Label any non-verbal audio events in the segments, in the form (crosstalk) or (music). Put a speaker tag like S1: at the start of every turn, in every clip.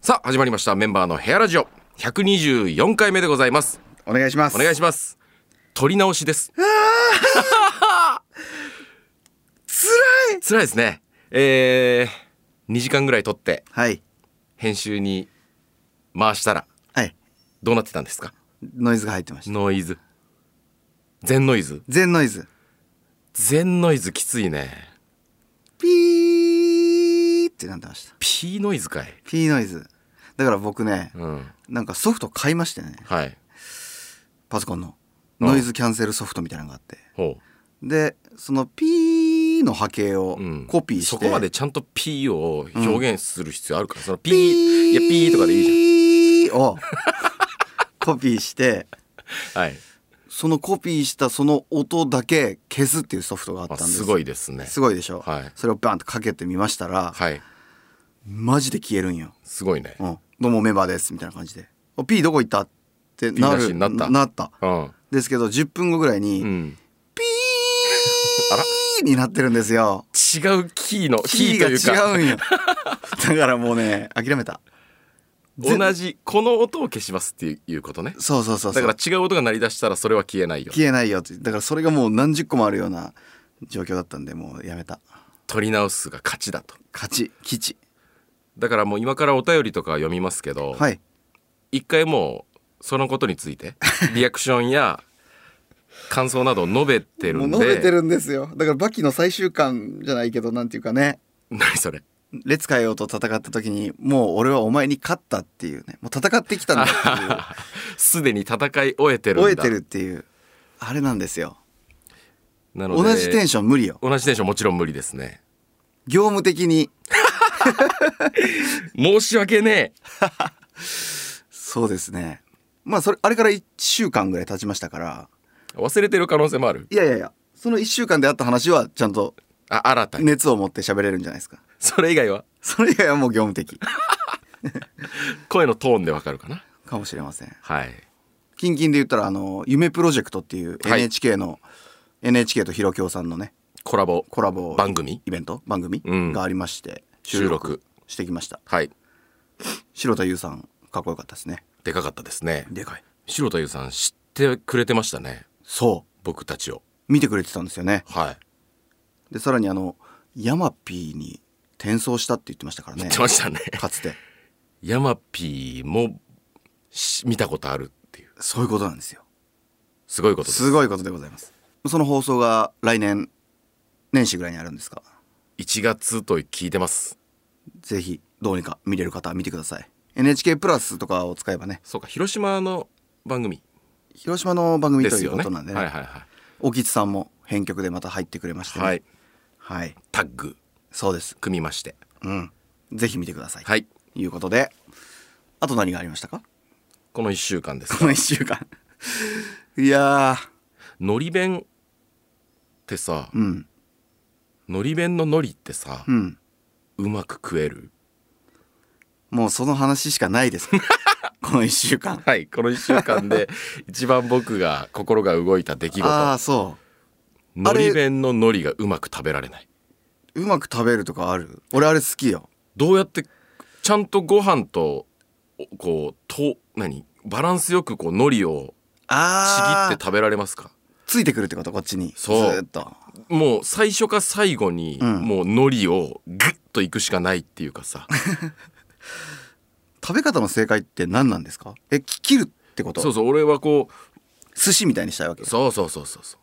S1: さあ始まりましたメンバーのヘアラジオ124回目でございます
S2: お願いします
S1: お願いします撮り直しです
S2: つらい
S1: 辛いですねえー、2時間ぐらい撮って
S2: はい
S1: 編集に回したら
S2: はい
S1: どうなってたんですか
S2: ノイズが入ってました
S1: ノイズ全ノイズ
S2: 全ノイズ
S1: 全ノイズきついね
S2: ピーってなってました
S1: ピーノイズかい
S2: ピーノイズだから僕ね
S1: うん
S2: なんかソフト買いましてね
S1: はい
S2: パソコンの
S1: うん
S2: ノイズキャンセルソフトみたいなのがあって
S1: ほ
S2: でそのピーの波形を
S1: う、うん、
S2: コピーして、
S1: そこまでちゃんとピーを表現する必要あるから、そのピーい
S2: ピ
S1: やピーとかでいいじ
S2: いじゃんを (laughs) コピーして
S1: ゃんはい
S2: そのコピーしたその音だけ消すっていうソフトがあった
S1: あ
S2: んです
S1: すごいですね
S2: すごいでしょ、
S1: はい
S2: それをバンとかけてみましたら、
S1: はい
S2: マジで消えるんよ、
S1: すごいね
S2: うん、どうもメンバーですみたいな感じで「お P どこ行った?」ってな
S1: P なし
S2: る
S1: になったうん
S2: ですけど10分後ぐらいに「
S1: うん
S2: ピ
S1: あら
S2: ー」になってるんですよ
S1: 違うキーの (laughs) キ
S2: キ
S1: ー
S2: ー
S1: というか
S2: が違うんよ (laughs) だからもうね諦めた全
S1: 同じこの音を消しますっていうことね
S2: そうそうそうそ
S1: だ
S2: う
S1: から違う音が鳴り出したらそれは消えないよ
S2: 消えないよってだからそれがもう何十個もあるような状況だったんでもうやめた
S1: 取り直すが勝ちだと
S2: 勝ち吉
S1: だからもう今からお便りとか読みますけど、
S2: はい
S1: 一回もうそのことについ
S2: (laughs)
S1: てリアクションや感想などを述べてる
S2: もうん
S1: で
S2: 述べてるんですよだからバキの最終巻じゃないけどなんていうかね
S1: 何それ
S2: 列変えようと戦った時にもう俺はお前に勝ったっていうねもう戦ってきたんだ
S1: (laughs)
S2: っ
S1: すでに戦い終えて
S2: てい
S1: る
S2: うん
S1: だ
S2: 終えてるっていうあれなんですよ
S1: なの
S2: 同
S1: で
S2: じテンション無理よ
S1: 同じテンションもちろん無理ですね
S2: 業務的に
S1: 申し訳ねえ
S2: そうですねまあそれあれから1週間ぐらい経ちましたから
S1: 忘れてる可能性もある
S2: いやいやいやその1週間であった話はちゃんと
S1: あ新たに、
S2: 熱を持って喋れるんじゃないですか
S1: それ以外は
S2: それ以外はもう業務的
S1: 声のトーンでわかるかな
S2: かもしれません
S1: はい
S2: 近々で言ったらあの夢プロジェクトっていう
S1: はい
S2: NHK の、NHK とひろきょうさんのね
S1: コラボ
S2: コラボ
S1: 番組
S2: イベント番組、
S1: うん
S2: がありまして
S1: 収録
S2: してきました
S1: はい
S2: 白田優さんかっこよかったですね
S1: でかかったですね
S2: でかい
S1: 白田優さん知ってくれてましたね
S2: そ
S1: 僕たちを
S2: う見てくれてたんですよね
S1: はい
S2: でさらにあのヤマピーに転送したって言ってましたから
S1: 言
S2: ね
S1: ってましたね (laughs)
S2: かつて
S1: ヤマピーもし見たことあるっていう
S2: そういうことなんですよ
S1: すごいことです
S2: すごいことでございますその放送が来年年始ぐらいにあるんですか
S1: 1月と聞いてます
S2: ぜひどうにか見れる方は見てください NHK プラスとかを使えばね
S1: そうか広島の番組
S2: 広島の番組
S1: で
S2: と
S1: す
S2: い
S1: よ
S2: うこ
S1: ね
S2: となんでね
S1: はいはいは
S2: おきつさんも編曲でまた入ってくれまして
S1: い、
S2: ね
S1: はい、
S2: はい、
S1: タッグ
S2: そうです
S1: 組みまして
S2: うんぜひ見てください
S1: はい
S2: ということであと何がありましたか (laughs)
S1: この1週間です
S2: この1週間いや
S1: のり弁ってさ
S2: ーうん
S1: のり弁ののりってさ
S2: うん
S1: うまく食える
S2: もうその話しかない
S1: (laughs)
S2: ですこの1週間
S1: はいこの1週間 (laughs) で一番僕が心が動いた出来
S2: ああ
S1: 事
S2: そ
S1: のり弁ののりがうまく食べられないう
S2: うまく食べるとかある俺あれ好きよ
S1: どうやってちゃんとご飯とおこうと何バランスよくこう海苔をちぎっ
S2: あちぎって
S1: て食べられますか
S2: ついてくるってことこっちに
S1: そう
S2: ずーっと
S1: もう最初か最後に
S2: うん
S1: もう海苔をグッといくしかないっていうかさ、
S2: 食べ方の正解って何なんですかえき切るってこ
S1: (laughs)
S2: と
S1: そうそう俺はこ
S2: 寿司みたいにしたいわけ
S1: うそうそうそうそうそ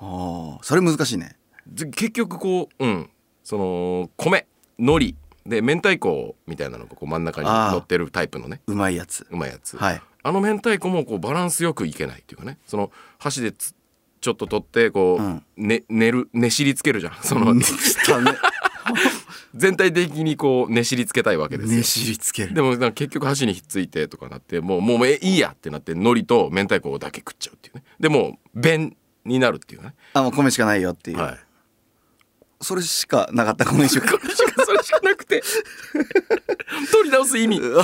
S2: ああそれ難しいね
S1: うで結局こううんその米海苔で明太子みたいなのがこう真ん中に
S2: あー
S1: 乗ってるタイプのね
S2: うまいやつ
S1: うまいやつ、 (laughs)
S2: はい
S1: あの明太子もこうバランスよくいけないっていうかねその箸でつちょっと取ってこう、
S2: うん
S1: ね、寝るねしりつけるじゃん (laughs) その、(laughs)
S2: (laughs) 汚ね
S1: 全体的にこうねしりつけたいわけですよ、
S2: ねしりつける
S1: でもなんか結局箸にひっついてとかなってもうもうえいいやってなって海苔と明太子だけ食っちゃうっていうねでもう便になるっていうね、
S2: あもう米しかないよっていう、
S1: はい、
S2: それしかなかったこの一週間
S1: それしかなく (laughs) て取り直す意味、
S2: そう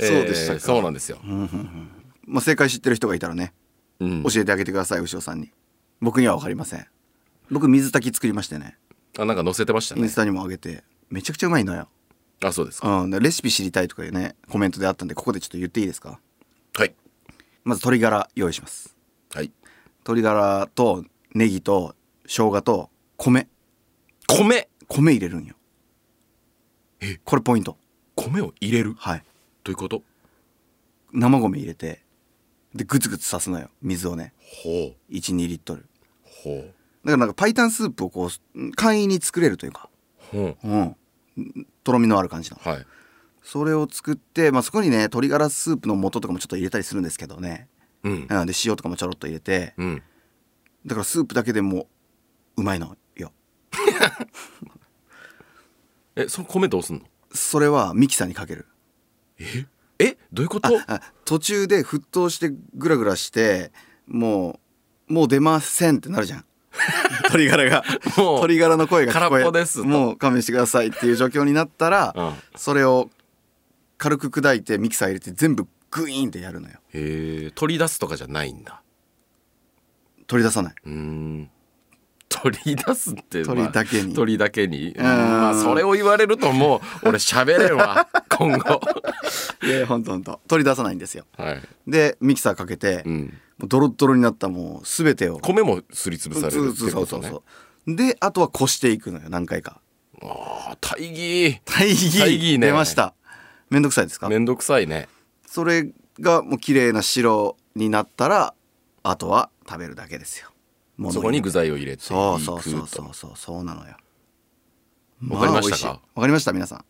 S2: でした
S1: えー
S2: か
S1: そうなんですよ、
S2: まあ、正解知ってる人がいたらね
S1: うん
S2: 教えてあげてください牛尾さんに僕には分かりません僕水炊き作りましてね
S1: あなんか載せてました
S2: イン
S1: ね
S2: スタにも上げてめちゃくちゃうまいのよ、
S1: あそうですか
S2: うん、でレシピ知りたいとかいうねコメントであったんでここでちょっと言っていいですか
S1: はい
S2: まず鶏ガラ用意します
S1: はい
S2: 鶏ガラとネギと生姜と米
S1: 米
S2: 米入れるんよ
S1: え
S2: これポイント
S1: 米を入れる
S2: はい
S1: ということ
S2: 生米入れてでグツグツさすのよ水をね
S1: ほう
S2: 12リットル
S1: ほう
S2: だからなんか白湯スープをこう簡易に作れるというか
S1: ほう
S2: うんとろみのある感じの
S1: はい
S2: それを作って、まあ、そこにね鶏ガラスープの素とかもちょっと入れたりするんですけどね、
S1: うん
S2: うん、で塩とかもちょろっと入れて
S1: うん
S2: だからスープだけでもううまいのよ
S1: えその米どうすんの
S2: それはミキサーにかける
S1: ええどういうこと
S2: あ途中で沸騰してグラグラしてもうもう出ませんってなるじゃ (laughs) ん鶏ガラが
S1: もう
S2: 鶏ガラの声が聞こえ
S1: 空っぽですと
S2: もう勘弁してくださいっていう状況になったら、
S1: うん
S2: それを軽く砕いてミキサー入れて全部グイーンってやるのよ
S1: へえ取り出すとかじゃないんだ
S2: 取り出さないう
S1: ーん取り出すって
S2: 鳥だけに
S1: まあ、鳥だけに
S2: ん
S1: まあそれを言われるともう俺喋れん (laughs) わ今後
S2: いやいやほんとほんと取り出さないんですよ
S1: はい、
S2: でミキサーかけて、
S1: う
S2: も
S1: ん、
S2: うドロッドロになったもう全てを
S1: 米もすりつぶされるって
S2: そ
S1: こ
S2: う
S1: と
S2: そう
S1: ね
S2: そうそうであとはこしていくのよ何回か
S1: ああ大義
S2: 大義
S1: 大義ね
S2: 出ましためんどくさいですか
S1: めんどくさいね
S2: それがもう綺麗な白になったらあとは食べるだけですよもう
S1: そこに具材を入れていく
S2: そうそうそう
S1: と
S2: そうそうそうなのよ
S1: わかりましたか
S2: あ美味いわかりました皆さん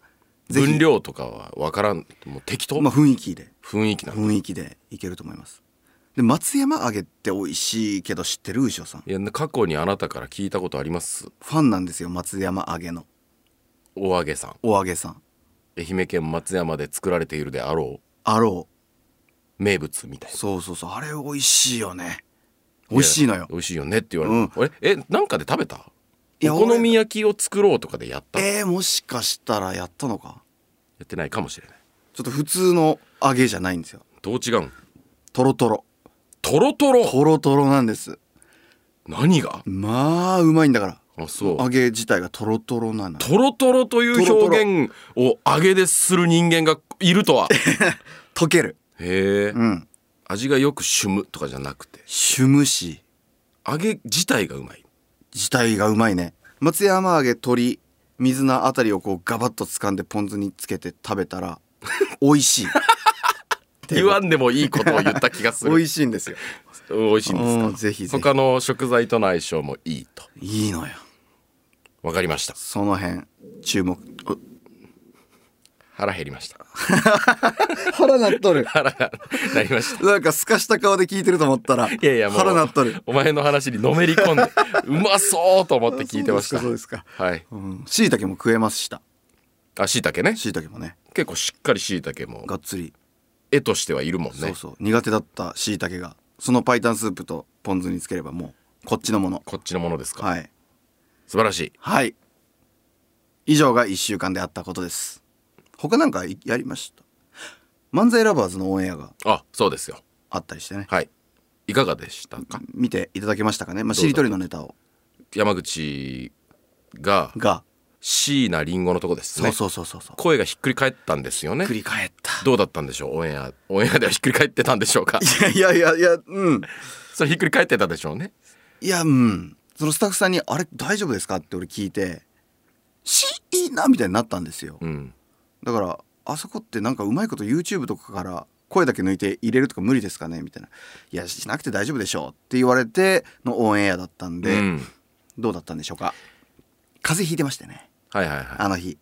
S2: ぜひ
S1: 分量とかは分からんもう適当、
S2: まあ雰囲気で
S1: 雰囲気なんだ
S2: 雰囲気でいけると思いますで松山揚げって美味しいけど知ってる牛尾さん
S1: いや過去にあなたから聞いたことあります
S2: ファンなんですよ松山揚げの
S1: お揚げさん
S2: お揚げさん
S1: 愛媛県松山で作られているであろ
S2: あろ
S1: う名物みたいうな
S2: そうそうそうあれ美味しいよね美味しいのよ
S1: 美味しいよねって言われる、
S2: う
S1: ええなんかで食べた
S2: いや
S1: お好み焼きを作ろうとかでやったや
S2: えー、もしかしたらやったのか
S1: ってないかもしれない
S2: ちょっと普通の揚げじゃないんですよ
S1: どう違うん
S2: トロトロ
S1: とろとろ
S2: トロトロなんです
S1: 何が
S2: まあうまいんだから
S1: あそう
S2: 揚げ自体がトロトロなの
S1: とろとろという表現を揚げでする人間がいるとは
S2: 溶ける
S1: へえ
S2: うん
S1: 味がよくしゅむとかじゃなくて
S2: シュムシ
S1: 揚げ自体がうまい
S2: 自体がうまいね松山揚げ鶏水菜あたりをこうガバッと掴んでポン酢につけて食べた
S1: (laughs)
S2: ら美味しい
S1: 言わんでもいいことを言った気がす
S2: 美
S1: る
S2: 味しいんですよ
S1: 美味しいんです
S2: う
S1: か
S2: んぜひぜひ
S1: 他の食材との相性もいいと
S2: いいのよ
S1: わかりました
S2: その辺注目う
S1: 腹減りました
S2: 腹なっとる
S1: 腹がなりました
S2: (laughs) なんかすかした顔で聞いてると思ったら
S1: いやいやもう
S2: 腹なっとる
S1: お前の話にのめり込んでうまそうと思って聞いてました
S2: そうですか
S1: はい
S2: しいたけも食えますした
S1: あ椎茸ね
S2: しいたけもね
S1: 結構しっかり椎茸も
S2: がっつり
S1: 絵としてはいるもんね
S2: そうそう苦手だったしいたけがその白湯スープとポン酢につければもうこっちのもの
S1: こっちのものですか、
S2: はい
S1: 素晴らしい
S2: はい以上が1週間であったことです他なんかいやりました漫才ラバーズのオンエアが
S1: あそうですよ
S2: あったりしてね
S1: はいいかがでしたか
S2: 見ていただけましたかね、まあ、
S1: どうだ
S2: しりとりのネタを
S1: 山口が
S2: が、
S1: 椎名林檎のとこです
S2: そ
S1: ね
S2: うそうそうそうそう
S1: 声がひっくり返ったんですよね
S2: 繰り返った (laughs)
S1: どうだったんでしょうオンエアオンエアではひっくり返ってたんでしょうか
S2: いやいやいやいやうん
S1: それひっくり返ってたでしょうね
S2: いやうんそのスタッフさんに「あれ大丈夫ですか?」って俺聞いて「しいいな」みたいになったんですよ
S1: うん
S2: だからあそこってなんかうまいこと YouTube とかから声だけ抜いて入れるとか無理ですかねみたいな「いやしなくて大丈夫でしょ」って言われてのオンエアだったんで、
S1: うん
S2: どうだったんでしょうか風邪ひいてましてね
S1: はいはいはい
S2: あの日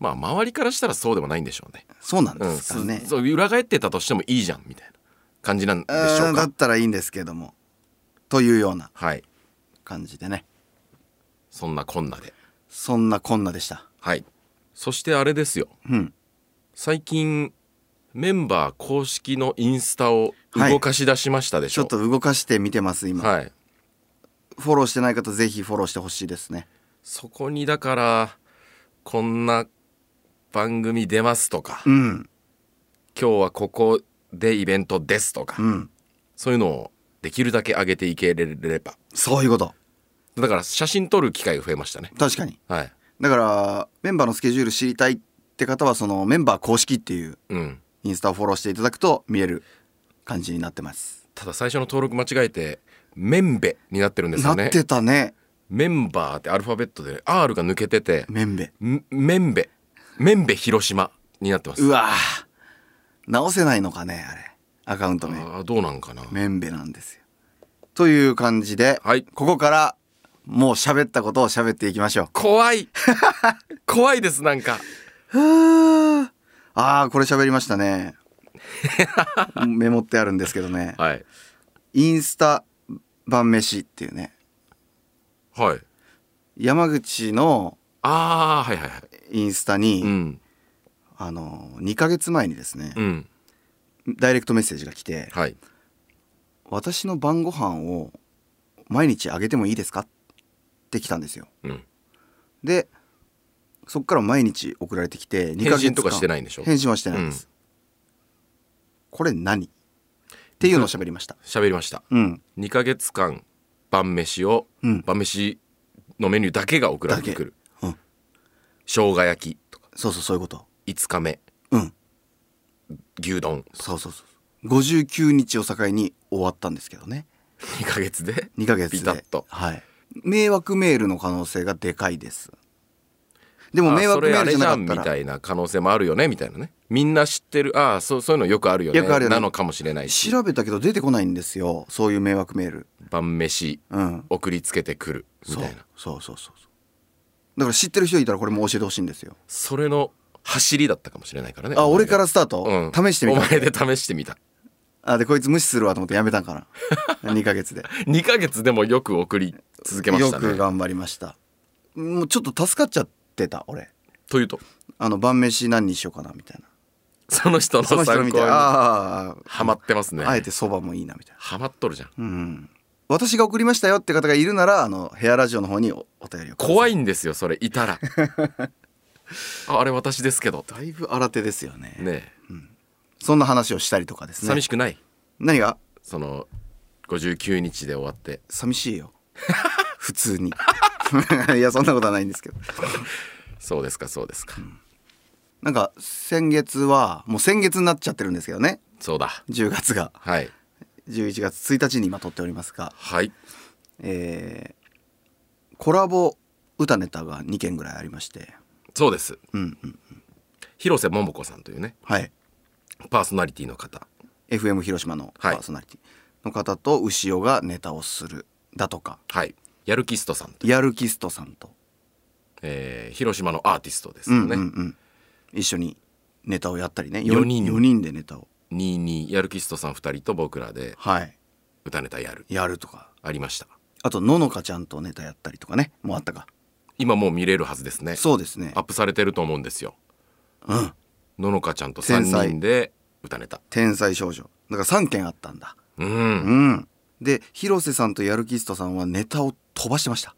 S1: まあ周りからしたらそうでもないんでしょうね
S2: そうなん
S1: う
S2: で
S1: ん
S2: すかね、
S1: そそう裏返ってたとしてもいいじゃんみたいな感じなんでし
S2: あ
S1: ょう
S2: ーだ
S1: か
S2: ったらいいんですけどもというような
S1: はい
S2: 感じでね
S1: そんなこんなで
S2: そんなこんなでした
S1: はいそしてあれですよ
S2: うん
S1: 最近メンバー公式のインスタを動かし出しましたでし
S2: ち
S1: ょ
S2: ょっと動かしてみてます今、
S1: はい
S2: フォローしてない方ぜひフォローしてほしいですね
S1: そこにだからこんな番組出ますとか、
S2: うん
S1: 今日はここでイベントですとか、
S2: うん
S1: そういうのをできるだけ上げていけれれば
S2: そういうこと
S1: だから写真撮る機会が増えましたね
S2: 確かに
S1: はい
S2: だからメンバーのスケジュール知りたいって方はそのメンバー公式っていう
S1: うん
S2: インスタをフォローしていただくと見える感じになってます、
S1: ただ最初の登録間違えてメンベになってるんです
S2: な
S1: よね
S2: ってたね
S1: メンバーってアルファベットで R が抜けてて
S2: めんべ
S1: んメンベメンベ広島になってます
S2: うわー直せないのかねあれアカウント
S1: あ
S2: 名
S1: ーどうなんかな
S2: めんべなんですよという感じで、
S1: はい
S2: ここからもう喋ったことを喋っていきましょう
S1: 怖
S2: (laughs)
S1: い怖いですなんか
S2: はああーこれ喋りました
S1: (laughs)
S2: ねメモってあるんですけどね
S1: はい
S2: インスタ晩飯っていうね
S1: はい
S2: 山口の
S1: ああはいはいはい
S2: インスタに、
S1: うん
S2: あの2ヶ月前にですね
S1: う、ん
S2: ダイレクトメッセージが来て
S1: はい
S2: 「私の晩ご飯を毎日あげてもいいですか?」って来たんですよ。
S1: うん
S2: でそっから毎日送られてきて
S1: 返
S2: 2ヶ月間
S1: 信とかしてないんでしょ
S2: 返信はしてないです。これ何っていうのを喋りました。
S1: 喋りました
S2: うん、
S1: 2ヶ月間晩飯を、
S2: うん
S1: 晩飯のメニューだけが送られてくる、
S2: だけうん
S1: 生姜焼きとか
S2: そうそうそういうこと。
S1: 5日目
S2: うん、
S1: 牛丼
S2: そうそうそう。59日を境に終わったんですけどね。
S1: 2ヶ月で
S2: 2ヶ月で
S1: ピタッと
S2: はい迷惑メールの可能性がでかいですでも
S1: あ
S2: 迷惑
S1: そ
S2: メール
S1: れあれ
S2: じゃ
S1: じ
S2: な
S1: ゃ
S2: か
S1: ん
S2: っ
S1: み
S2: たら
S1: たいな可能性もあるよねみたいなねみんな知ってるああそうそういうのよくあるよね
S2: よくあるよね
S1: なのかもしれないし
S2: 調べたけど出てこないんですよそういう迷惑メール
S1: 晩飯
S2: うん
S1: 送りつけてくるみ
S2: そう
S1: たいな
S2: そうそうそうそうだから知ってる人いたらこれも教えてほしいんですよ
S1: それの走りだったかもしれないからね
S2: あ俺から
S1: ス
S2: スタート、試してみ
S1: お
S2: た
S1: 前で試してみた
S2: あでこいつ無視するわと思ってやめたんかな2
S1: (laughs)
S2: ヶ月で
S1: 2ヶ月でもよく送り続けまし
S2: よ
S1: たね
S2: く頑張りましたもうちょっと助かっちゃってた俺
S1: というと
S2: あの晩飯何にしようかなみたいな
S1: その人の
S2: その
S1: 参考
S2: 人
S1: に
S2: 見てああ
S1: ハマってますね
S2: あえてそばもいいなみたいな
S1: ハマっとるじゃん
S2: うん、私が送りましたよって方がいるならあのヘアラジオの方におお便りを
S1: 怖
S2: い
S1: いんですよそれいたら (laughs) ああれ私ですけどと
S2: だいぶ新手ですよね
S1: ね
S2: そんな話をしたりとかで
S1: え
S2: すね
S1: 寂しくない
S2: 何が
S1: その59日で終わって
S2: 寂しいよ (laughs) 普通に (laughs) いやそんなことはないんですけど
S1: そうですかそうですか、
S2: なんか先月はもう先月になっちゃってるんですけどね
S1: そうだ
S2: 10月が
S1: はい
S2: 11月1日に今撮っておりますが
S1: はい
S2: えーコラボ歌ネタが2件ぐらいありまして
S1: そうです
S2: うんうん
S1: 広瀬桃子さんというね
S2: はい
S1: パーソナリティの方
S2: FM 広島のパーソナリティの方と牛尾がネタをするだとか
S1: はいやるキストさんという、
S2: やるキストさんと、
S1: えー広島のアーティストです
S2: うん
S1: よ
S2: うんう
S1: ね、
S2: ん、一緒にネタをやったりね
S1: 四人
S2: 4人でネタを、
S1: ににやるキストさん2人と僕らで
S2: はい、
S1: 歌ネタやる
S2: やるとか
S1: ありました
S2: あとののかちゃんとネタやったりとかねもうあったか
S1: 今もう見れるはずですね
S2: そうですね
S1: アップされてると思うんですよ
S2: うん
S1: ののかちゃんと3
S2: 天才
S1: 人で歌ネタ
S2: 天才少女だから3件あったんだ
S1: うん、
S2: うんで広瀬さんとやるキストさんはネタを飛ばしてました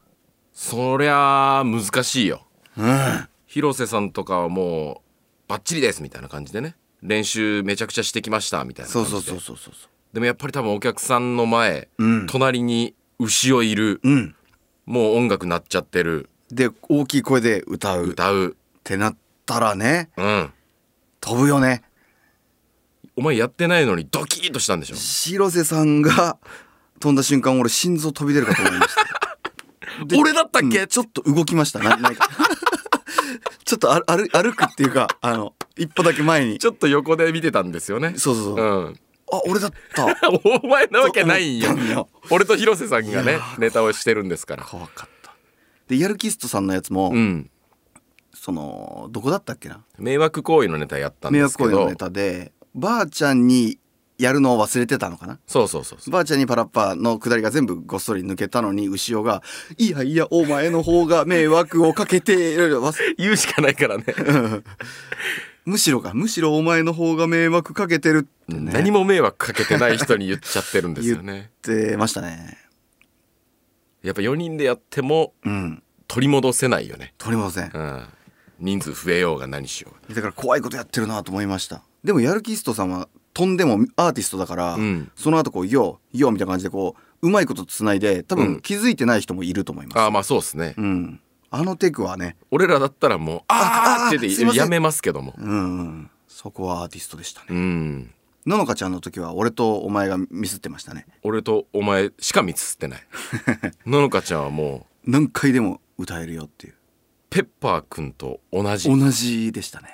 S1: そりゃあ難しいよ
S2: うん
S1: 広瀬さんとかはもうバッチリですみたいな感じでね練習めちゃくちゃしてきましたみたいな
S2: そ
S1: 感
S2: う
S1: じで
S2: そうそうそうそうそ
S1: でもやっぱり多分お客さんの前、
S2: ううん
S1: 隣に牛をいる、
S2: うん
S1: もう音楽鳴っちゃってる
S2: で大きい声で歌うっ
S1: 歌う
S2: てなったらね
S1: うん
S2: 飛ぶよね
S1: お前やってないのにドキッとしたんでしょ
S2: 広瀬さんが飛んだ瞬間俺心臓飛び出るかと思いました
S1: (laughs)
S2: で
S1: 俺だったっけ
S2: うんちょっと動きましたななんか (laughs) ちょっとある歩歩くっていうかあの一歩だけ前に
S1: ちょっと横で見てたんですよね
S2: そうそうそう、あ
S1: うん
S2: 俺だった
S1: お前なわけないんよ
S2: そう思ったんよ
S1: 俺と広瀬さんが
S2: い
S1: ね
S2: やー
S1: ネタをしてるんですから
S2: 怖かったでやるキストさんのやつも、
S1: うん
S2: そのどこだったっけな
S1: 迷惑行為のネタやったん
S2: 迷
S1: ですけ
S2: 惑行為の
S1: ど
S2: ネタでばあちゃんにやるのを忘れてたのかな
S1: そうそうそうそう
S2: ばあちゃんにパラッパーのくだりが全部ごっそり抜けたのに牛尾が「いやいやお前の方が迷惑をかけて」いろいろ忘れ
S1: 言うしかないからね
S2: むしろかむしろお前の方が迷惑かけてるってね
S1: 何も迷惑かけてない人に言っちゃってるんですよね
S2: 言ってましたね
S1: やっぱ4人でやっても
S2: うん
S1: 取り戻せないよね、
S2: 取り戻せん
S1: うん、人数増えようが何しよ
S2: だから怖いことやってるなと思いましたでもやるキストさんは飛んでもアーティストだから、
S1: うん
S2: その後こう「ようよう」みたいな感じでこううまいことつないで多
S1: うん
S2: 分気づいてない人もいると思いま
S1: う
S2: す、
S1: がああまあそうですね、
S2: うんあのテクはね
S1: 俺らだったらもう「あーあ!」って
S2: あーす
S1: 言
S2: い
S1: っ
S2: ま
S1: て
S2: せん
S1: やめますけども
S2: うん、うん、そこはアーティストでしたね
S1: うん
S2: ののかちゃんの時は俺とお前がミスってましたね
S1: 俺とお前しか見つって
S2: (laughs)
S1: ないののかちゃんはもう
S2: 何回でも歌えるよっていう
S1: ペッパーくんと同じ
S2: 同じでしたね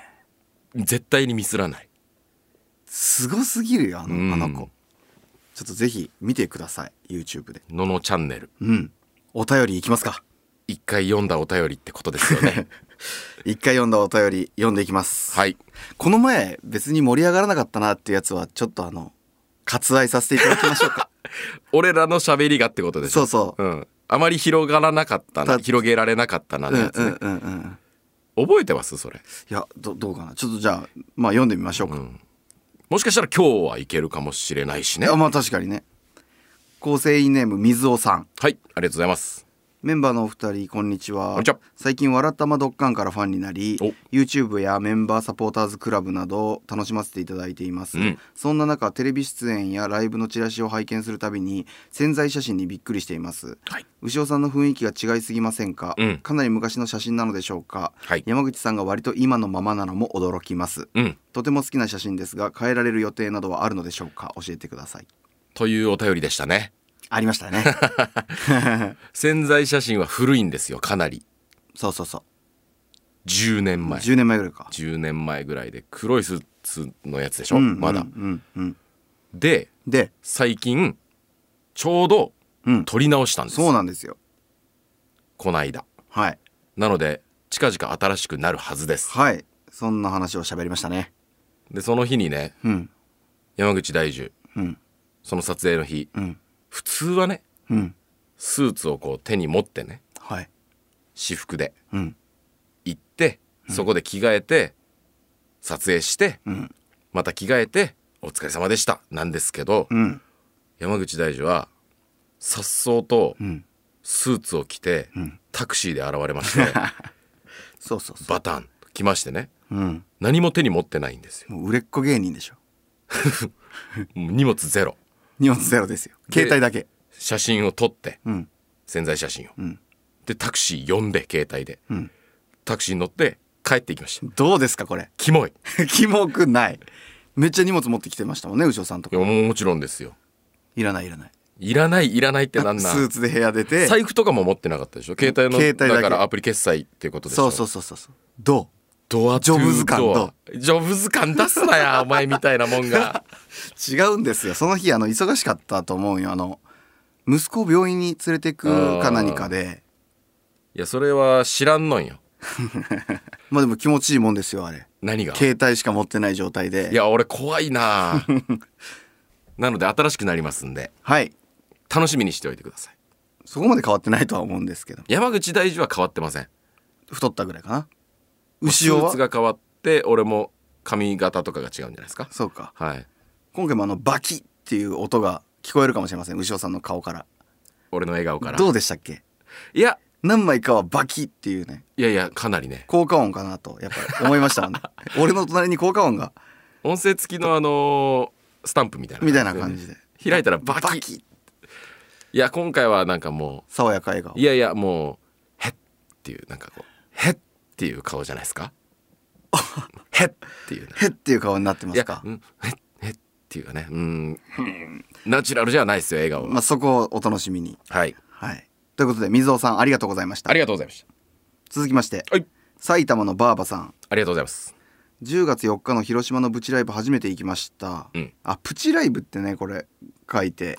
S1: 絶対にミスらない
S2: すごすぎるよあの,、
S1: うん
S2: あの子ちょっとぜひ見てください YouTube で
S1: ののチャンネル
S2: うんお便りいきますか
S1: 一回読んだお便りってことですよ
S2: (laughs)
S1: ね
S2: 一回読んだお便り読んでいきます
S1: はい
S2: この前別に盛り上がらなかったなっていうやつはちょっとあの割愛させていただきましょうか
S1: 俺らの喋りがってことでしょ、
S2: (laughs) そうそう
S1: ん、あまり広がらなかったな
S2: た
S1: 広げられなかったな
S2: う
S1: の
S2: ん
S1: やつ
S2: う
S1: ね、
S2: んうんうん
S1: 覚えてますそれ、
S2: いやどどうかなちょっとじゃあまあ読んでみましょう
S1: う
S2: か、
S1: ん、もしかしたら今日はいけるかもしれないしね
S2: あ
S1: はい
S2: まあ確かにね構成員ネーム水尾さん
S1: ありがとうございます
S2: メンバーのお二人こんにちは
S1: こんにちは
S2: 最近「笑ったまどっかん」からファンになり
S1: お
S2: YouTube やメンバーサポーターズクラブなどを楽しませていただいています、
S1: うん
S2: そんな中テレビ出演やライブのチラシを拝見するたびに潜在写真にびっくりしています
S1: はい、
S2: 牛尾さんの雰囲気が違いすぎませんか、
S1: うん
S2: かなり昔の写真なのでしょうか
S1: はい
S2: 山口さんが割と今のままなのも驚きます
S1: うん、
S2: とても好きな写真ですが変えられる予定などはあるのでしょうか教えてください
S1: というお便りでしたね
S2: ありましたね
S1: 潜在写真は古いんですよかなり
S2: (laughs) そうそうそ
S1: 10年
S2: う、
S1: 前
S2: 10年前ぐらいか
S1: 10年前ぐらいで黒いスーツのやつでしょ、
S2: うんうん
S1: まだ
S2: うんうん
S1: で
S2: で、
S1: 最近ちょうど
S2: うん、
S1: 撮り直したんです
S2: そうなんですよ
S1: この間
S2: はい
S1: なので近々新しくなるはずです
S2: はいそんな話を喋りましたね
S1: でその日にね
S2: うん
S1: 山口大樹
S2: うん
S1: その撮影の日
S2: うん
S1: 普通はね
S2: うん
S1: スーツをこう手に持ってね
S2: はい
S1: 私服で
S2: うん
S1: 行ってそこで着替えて撮影して
S2: うん
S1: また着替えて「お疲れ様でした」なんですけど
S2: うん
S1: 山口大樹は颯爽と
S2: うん
S1: スーツを着て
S2: ん
S1: タクシーで現れまして
S2: (laughs) そうそうそ
S1: バタンと来ましてね
S2: ううん
S1: 何も手に持ってないんですよ
S2: もう売れっ子芸人でしょ
S1: もう荷物ゼロ
S2: 荷物ゼロですよ携帯だけ
S1: 写真を撮って
S2: うん
S1: 潜在写真を
S2: うん
S1: でタクシー呼んで携帯で
S2: うん
S1: タクシーに乗って帰っていきました
S2: どうですかこれ (laughs)
S1: キモい
S2: キモくないめっちゃ荷物持ってきてましたもんね牛尾さんと
S1: い
S2: か
S1: やもうもちろんですよ
S2: いらないいらない
S1: いらないいらないってなんな
S2: スーツで部屋出て
S1: 財布とかも持ってなかったでしょ携帯の
S2: 携帯だけ
S1: だからアプリ決済っていうことでし
S2: そ
S1: ょ
S2: うそうそうそうそうど
S1: ドア
S2: ジョブズ感
S1: トゥードアジョブズ感出すなやお前みたいなもんが
S2: う違うんですよその日あの忙しかったと思うよあの息子を病院に連れてくか何かで
S1: いやそれは知らんのんよ
S2: まあでも気持ちいいもんですよあれ
S1: 何が
S2: 携帯しか持ってない状態で
S1: いや俺怖い
S2: (laughs)
S1: ななので新しくなりますんで
S2: はい
S1: 楽しみにしておいてください
S2: そこまで変わってないとは思うんですけど
S1: 山口大樹は変わってません
S2: 太ったぐらいかな牛尾
S1: スー
S2: は
S1: ツが変わって俺も髪型とかが違うんじゃないですか
S2: そうか
S1: はい
S2: 今回もあのバキッっていう音が聞こえるかもしれません牛尾さんの顔から
S1: 俺の笑顔から
S2: どうでしたっけ
S1: いや
S2: 何枚かはバキッっていうね
S1: いやいやかなりね
S2: 効果音かなとやっぱり思いました
S1: (laughs)
S2: もんね俺の隣に効果音が
S1: 音声付きのあのースタンプみたいな
S2: みたいな感じで
S1: 開いたらバキ
S2: バキ
S1: いや今回はなんかも
S2: 爽やか笑顔
S1: ういやいやもうへっっていうなんかこうへっっていう顔じゃないですか
S2: (laughs)
S1: へっっていうね
S2: へっていう顔になってま
S1: い
S2: す
S1: や
S2: か
S1: うんへっへっっていうかねうんナチュラルじゃないですよ笑顔は、
S2: まあそこをお楽しみに
S1: はい
S2: はいということで水尾さんありがとうございました
S1: ありがとうございまし
S2: 続きまして
S1: たはい
S2: 埼玉のバーバさん
S1: ありがとうございます
S2: 10月4日の広島のプチライブ初めて行きました、
S1: うん
S2: あプチライブってねこれ書いて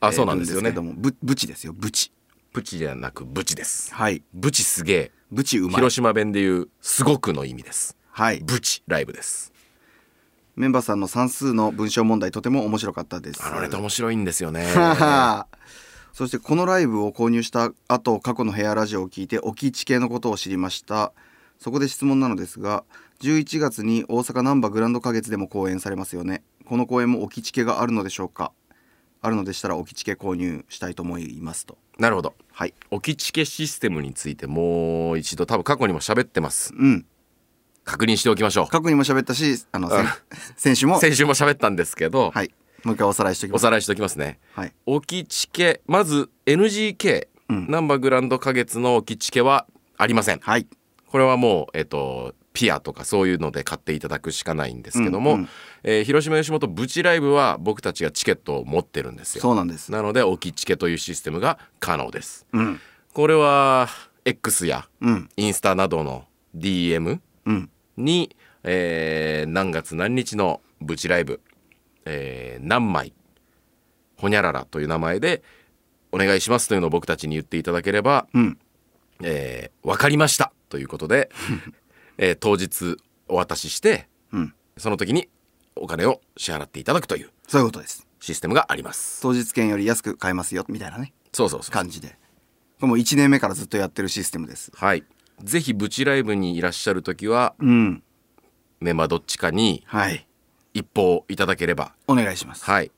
S1: あ
S2: えー
S1: そうなんですよね
S2: るけどもブブチですよブチ
S1: プチじゃなくブチです
S2: はい
S1: ブチすげえ
S2: ブチうまい
S1: 広島弁でいうすごくの意味です
S2: はい
S1: ブチライブです
S2: メンバーさんの算数の文章問題とても面白かったです
S1: あのネタ面白いんですよね
S2: (laughs) そしてこのライブを購入した後過去のヘアラジオを聞いてオキチ系のことを知りましたそこで質問なのですが11月に大阪難波グランド花月でも公演されますよねこの公演もオキチ系があるのでしょうかあるのでしたらオキチ系購入したいと思いますと
S1: なるほど
S2: はい
S1: 置きチケシステムについてもう一度多分過去にも喋ってます
S2: うん
S1: 確認しておきましょ
S2: 過去にも喋ったしあのせん
S1: あ
S2: (laughs) 選手
S1: う
S2: も
S1: 先週も喋ったんですけど、
S2: はいもう一回おさらいしておき
S1: お
S2: ます
S1: さらいしておきますね
S2: はい
S1: 置きチケまず NGK、
S2: うん
S1: ナンバーグランド花月の置きチケはありません
S2: はい
S1: これはもうえっ、とピアとかそういうので買っていただくしかないんですけども、
S2: うんうん
S1: えー広島吉本ブチライブは僕たちがチケットを持ってるんですよ
S2: そうなんです
S1: なので置きチケというシステムが可能です
S2: うん
S1: これは X や
S2: うん
S1: インスタなどの DM
S2: うん
S1: に、えー何月何日のブチライブ、えー何枚ほにゃららという名前でお願いしますというのを僕たちに言っていただければ、
S2: うん
S1: えーわかりましたということ
S2: (laughs)
S1: で、えー当日お渡しして
S2: うん
S1: その時にお金を支払っていただくという
S2: そういうことです
S1: システムがあります。
S2: 当日券より安く買えますよみたいなね
S1: そうそうそう。
S2: 感じでこれもう1年目からずっとやってるシステムです
S1: はい。ぜひブチライブにいらっしゃる時は
S2: うん
S1: メンバーどっちかに
S2: はい
S1: 一報いただければ
S2: お願いします、
S1: はい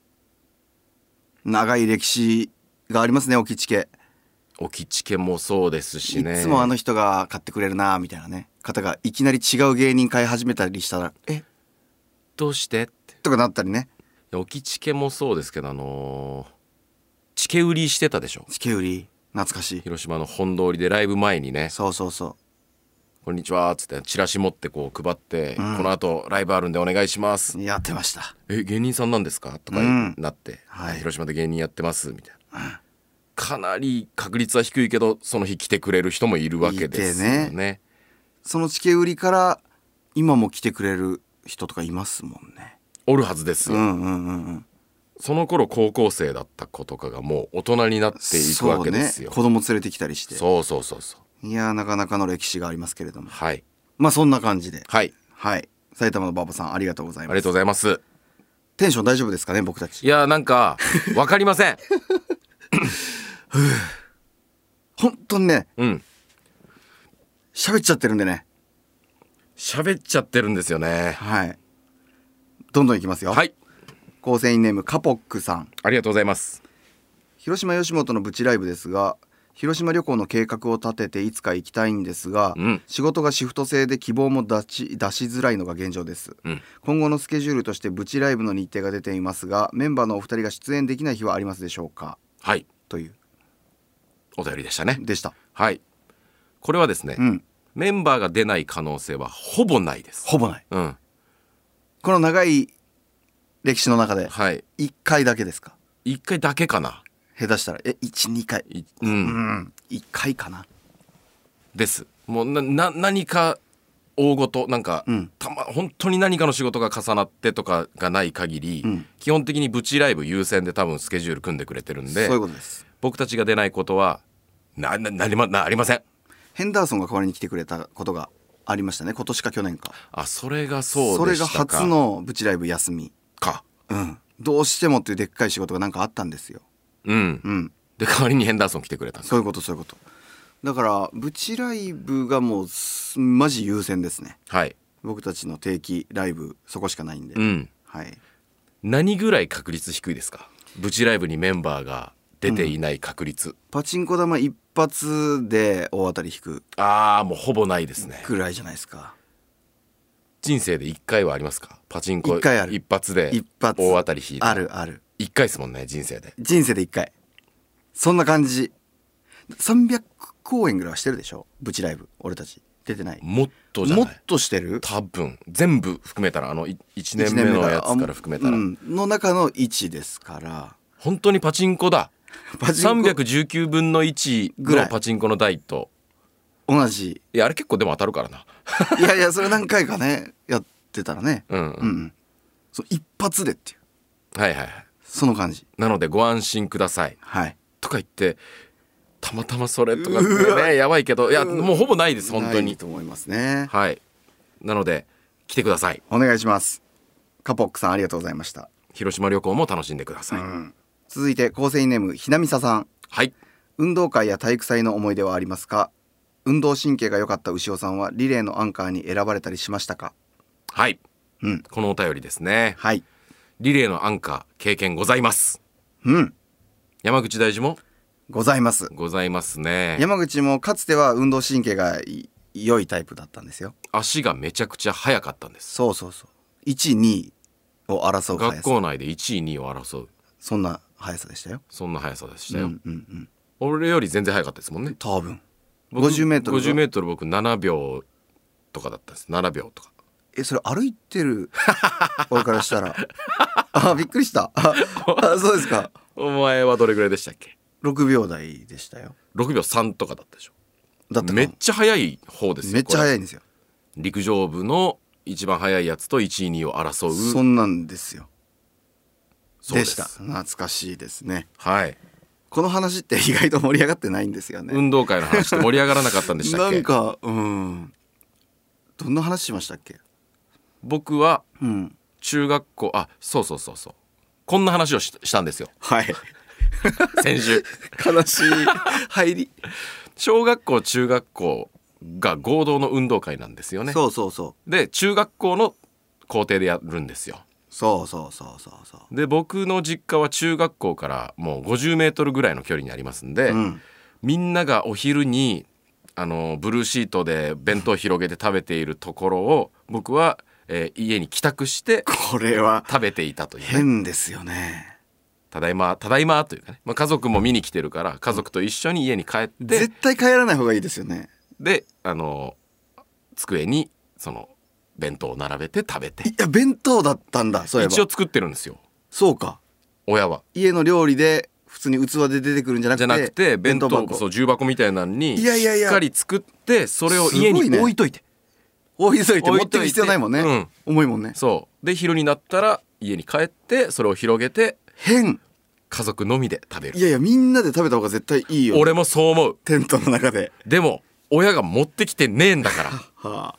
S2: 長い歴史がありますね置きチケ
S1: 置きチケもそうですし
S2: い
S1: ね。
S2: つもあの人が買ってくれるなみたいなね方がいきなり違う芸人買い始めたりしたらえ
S1: どうしてって
S2: とかなったりね
S1: 置きチケもそうですけどあのーチケ売りしてたでしょ
S2: チケ売り懐かしい
S1: 広島の本通りでライブ前にね
S2: そうそうそ
S1: 「こんにちは」っつってチラシ持ってこう配って、このあとライブあるんでお願いします」
S2: うやってました
S1: え芸人さんなんですか?」とか
S2: うん
S1: なって、
S2: はい
S1: 広島で芸人やってます」みたいな、かなり確率は低いけどその日来てくれる人もいるわけですよ
S2: いて
S1: ね
S2: そのチケ売りから今も来てくれる人とかいますもんね
S1: おるはずです
S2: う
S1: よ、
S2: んうんうんうん
S1: その頃高校生だった子とかがもう大人になっていくわけですよ
S2: そうね子供連れてきたりして
S1: そうそうそうそう
S2: いやーなかなかの歴史がありますけれども
S1: はい
S2: まあそんな感じで
S1: はい
S2: はい埼玉のババさんありがとうござい
S1: あ
S2: ま
S1: りが
S2: す
S1: とうございます
S2: テンション大丈夫ですかね僕たち
S1: いやなんか
S2: (laughs)
S1: わかりません
S2: 本当にね
S1: うん
S2: 喋っちゃってるんでね
S1: 喋っちゃってるんですよね
S2: はいどんどんいきますよ
S1: はい
S2: 構成員ネームカポックさん
S1: ありがとうございます
S2: 広島吉本のブチライブですが広島旅行の計画を立てていつか行きたいんですが、
S1: うん
S2: 仕事がシフト制で希望も出し出しづらいのが現状です、
S1: うん
S2: 今後のスケジュールとしてブチライブの日程が出ていますがメンバーのお二人が出演できない日はありますでしょうか
S1: はい
S2: という
S1: お便りでしたね
S2: でした
S1: はいこれはですね、
S2: うん
S1: メンバーが出ない可能性はほぼないです
S2: ほぼない
S1: うん
S2: この長い歴史の中で
S1: はい
S2: 1回だけですか
S1: 一回だけかな
S2: 下手したらえ12回
S1: いうん、
S2: うん1回かな
S1: ですもうなな何か大ごとなんか、
S2: うん
S1: たま本当に何かの仕事が重なってとかがない限り、
S2: うん
S1: 基本的にブチライブ優先で多分スケジュール組んでくれてるん
S2: そう
S1: で
S2: いうことです
S1: 僕たちが出ないことはなななりまなありません
S2: ヘンダーソンが代わりに来てくれたことがありましたね今年か去年か
S1: あそれがそうで
S2: れ
S1: した
S2: が
S1: か
S2: 初のブチライブ休み
S1: か
S2: うんどうしてもっていうでっかい仕事がなんかあったんですよ
S1: うん
S2: うん
S1: で代わりにヘンダーソン来てくれたんです
S2: そういうことそういうことだからブチライブがもうすマジ優先ですね
S1: はい
S2: 僕たちの定期ライブそこしかないんで、
S1: うん
S2: はい
S1: 何ぐらい確率低いですかブチライブにメンバーが出ていない確率、
S2: パチンコ玉一発で大当たり引く
S1: ああもうほぼないですね
S2: くらいじゃないですか
S1: 人生で1回はありますかパチンコ
S2: 一回ある
S1: 一発で
S2: 一発
S1: 大当たり引いた
S2: あるある
S1: 1回ですもんね人生で
S2: 人生で一回そんな感じ300公演ぐらいはしてるでしょブチライブ俺たち出てない
S1: もっとじゃ
S2: も
S1: ない
S2: っとしてる
S1: 多分全部含めたらあの1年
S2: 一
S1: 目の
S2: から
S1: やつから含めたら、
S2: うんの中の1ですから
S1: 本当にパチンコだ
S2: パチンコ
S1: 319分の1
S2: ぐら
S1: の
S2: い
S1: パチンコの台と
S2: 同じ
S1: いやあれ結構でも当たるからない
S2: やいやそれ何回かね (laughs) やってたらね
S1: うん、
S2: うん、うん、そう一発でっていう
S1: はいはいはい
S2: その感じ
S1: なのでご安心ください
S2: はい
S1: とか言ってたまたまそれとかってねやばいけどいやもうほぼないです本当
S2: ない
S1: に
S2: と思いますね
S1: はいなので来てください
S2: お願いしますカポックさんありがとうございました、
S1: 広島旅行も楽しんでください、
S2: うん続いて構成員ネームひなみささん
S1: はい
S2: 運動会や体育祭の思い出はありますか運動神経が良かった牛尾さんはリレーのアンカーに選ばれたりしましたか
S1: はい
S2: うん
S1: このお便りですね
S2: はい
S1: リレーのアンカー経験ございます
S2: うん
S1: 山口大臣も
S2: ございます
S1: ございますね
S2: 山口もかつては運動神経がい良いタイプだったんですよ
S1: 足がめちゃくちゃ速かったんです
S2: そうそうそう1位2位を争う速
S1: 学
S2: さ
S1: 校内で1位2位を争う
S2: そんな速さでしたよ
S1: そんな速さでしたよ、
S2: うんうんうん
S1: 俺より全然速かったですもんね
S2: 多分
S1: 僕
S2: 50m が
S1: 50メートル僕7秒とかだったんです7秒とか
S2: えそれ歩いてる俺からした
S1: (laughs)
S2: らあびっくりしたああそうですか
S1: お前はどれぐらいでしたっけ
S2: 6秒台でしたよ
S1: 6秒3とかだったでしょ
S2: だったかも
S1: めっちゃ速い方ですよ
S2: めっち
S1: こ
S2: ゃ
S1: れ
S2: 速いんですよ
S1: 陸上部の一番速いやつと1位2位を争う
S2: そんなんですよ
S1: そう
S2: で
S1: で
S2: し
S1: す
S2: た懐かしいですね
S1: はい、
S2: この話って意外と盛り上がってないんですよね、
S1: 運動会の話って盛り上がらなかったんでした
S2: (laughs) な
S1: っけ
S2: んかうんどんな話しましたっけ
S1: 僕は
S2: うん
S1: 中学校あそうそうそうそうこんな話をししたんですよ
S2: はい
S1: (laughs) 先
S2: (laughs)
S1: 週
S2: 悲しい入り、
S1: 小学校中学校が合同の運動会なんですよね
S2: そうそうそう
S1: で中学校の校庭でやるんですよ
S2: そうそうそうそうそ
S1: で僕の実家は中学校からもう50メートルぐらいの距離にありますんで、
S2: ううん
S1: みんながお昼にあのブルーシートで弁当広げて食べているところを僕は、えー家に帰宅して
S2: これは
S1: 食べていたという、ね、
S2: 変ですよね
S1: ただいまただいまというかね、まあ、家族も見に来てるから家族と一緒に家に帰って
S2: 絶対帰らない方がいいですよね
S1: であの机にその弁当を並べて食べて
S2: いや弁当だったんだそういえば
S1: 一応作ってるんですよ
S2: そうか
S1: 親は。
S2: 家の料理で普通に器で出てくるんじゃなく
S1: じ
S2: て
S1: ゃなくて弁当
S2: 箱
S1: 箱そう重箱みたいなのに
S2: いやいやい
S1: し
S2: や
S1: っかり作ってそれを家
S2: すごい
S1: に
S2: ね
S1: 置いといて
S2: 置いといて持
S1: 置
S2: っ
S1: いといて
S2: てく必要ないもんね、
S1: うん
S2: 重いもんね
S1: そうで昼になったら家に帰ってそれを広げて
S2: 変
S1: 家族のみで食べる
S2: いやいやみんなで食べた方が絶対いいよ
S1: 俺もそう思う
S2: テントの中で
S1: でも親が持ってきてねえんだから (laughs)
S2: はあ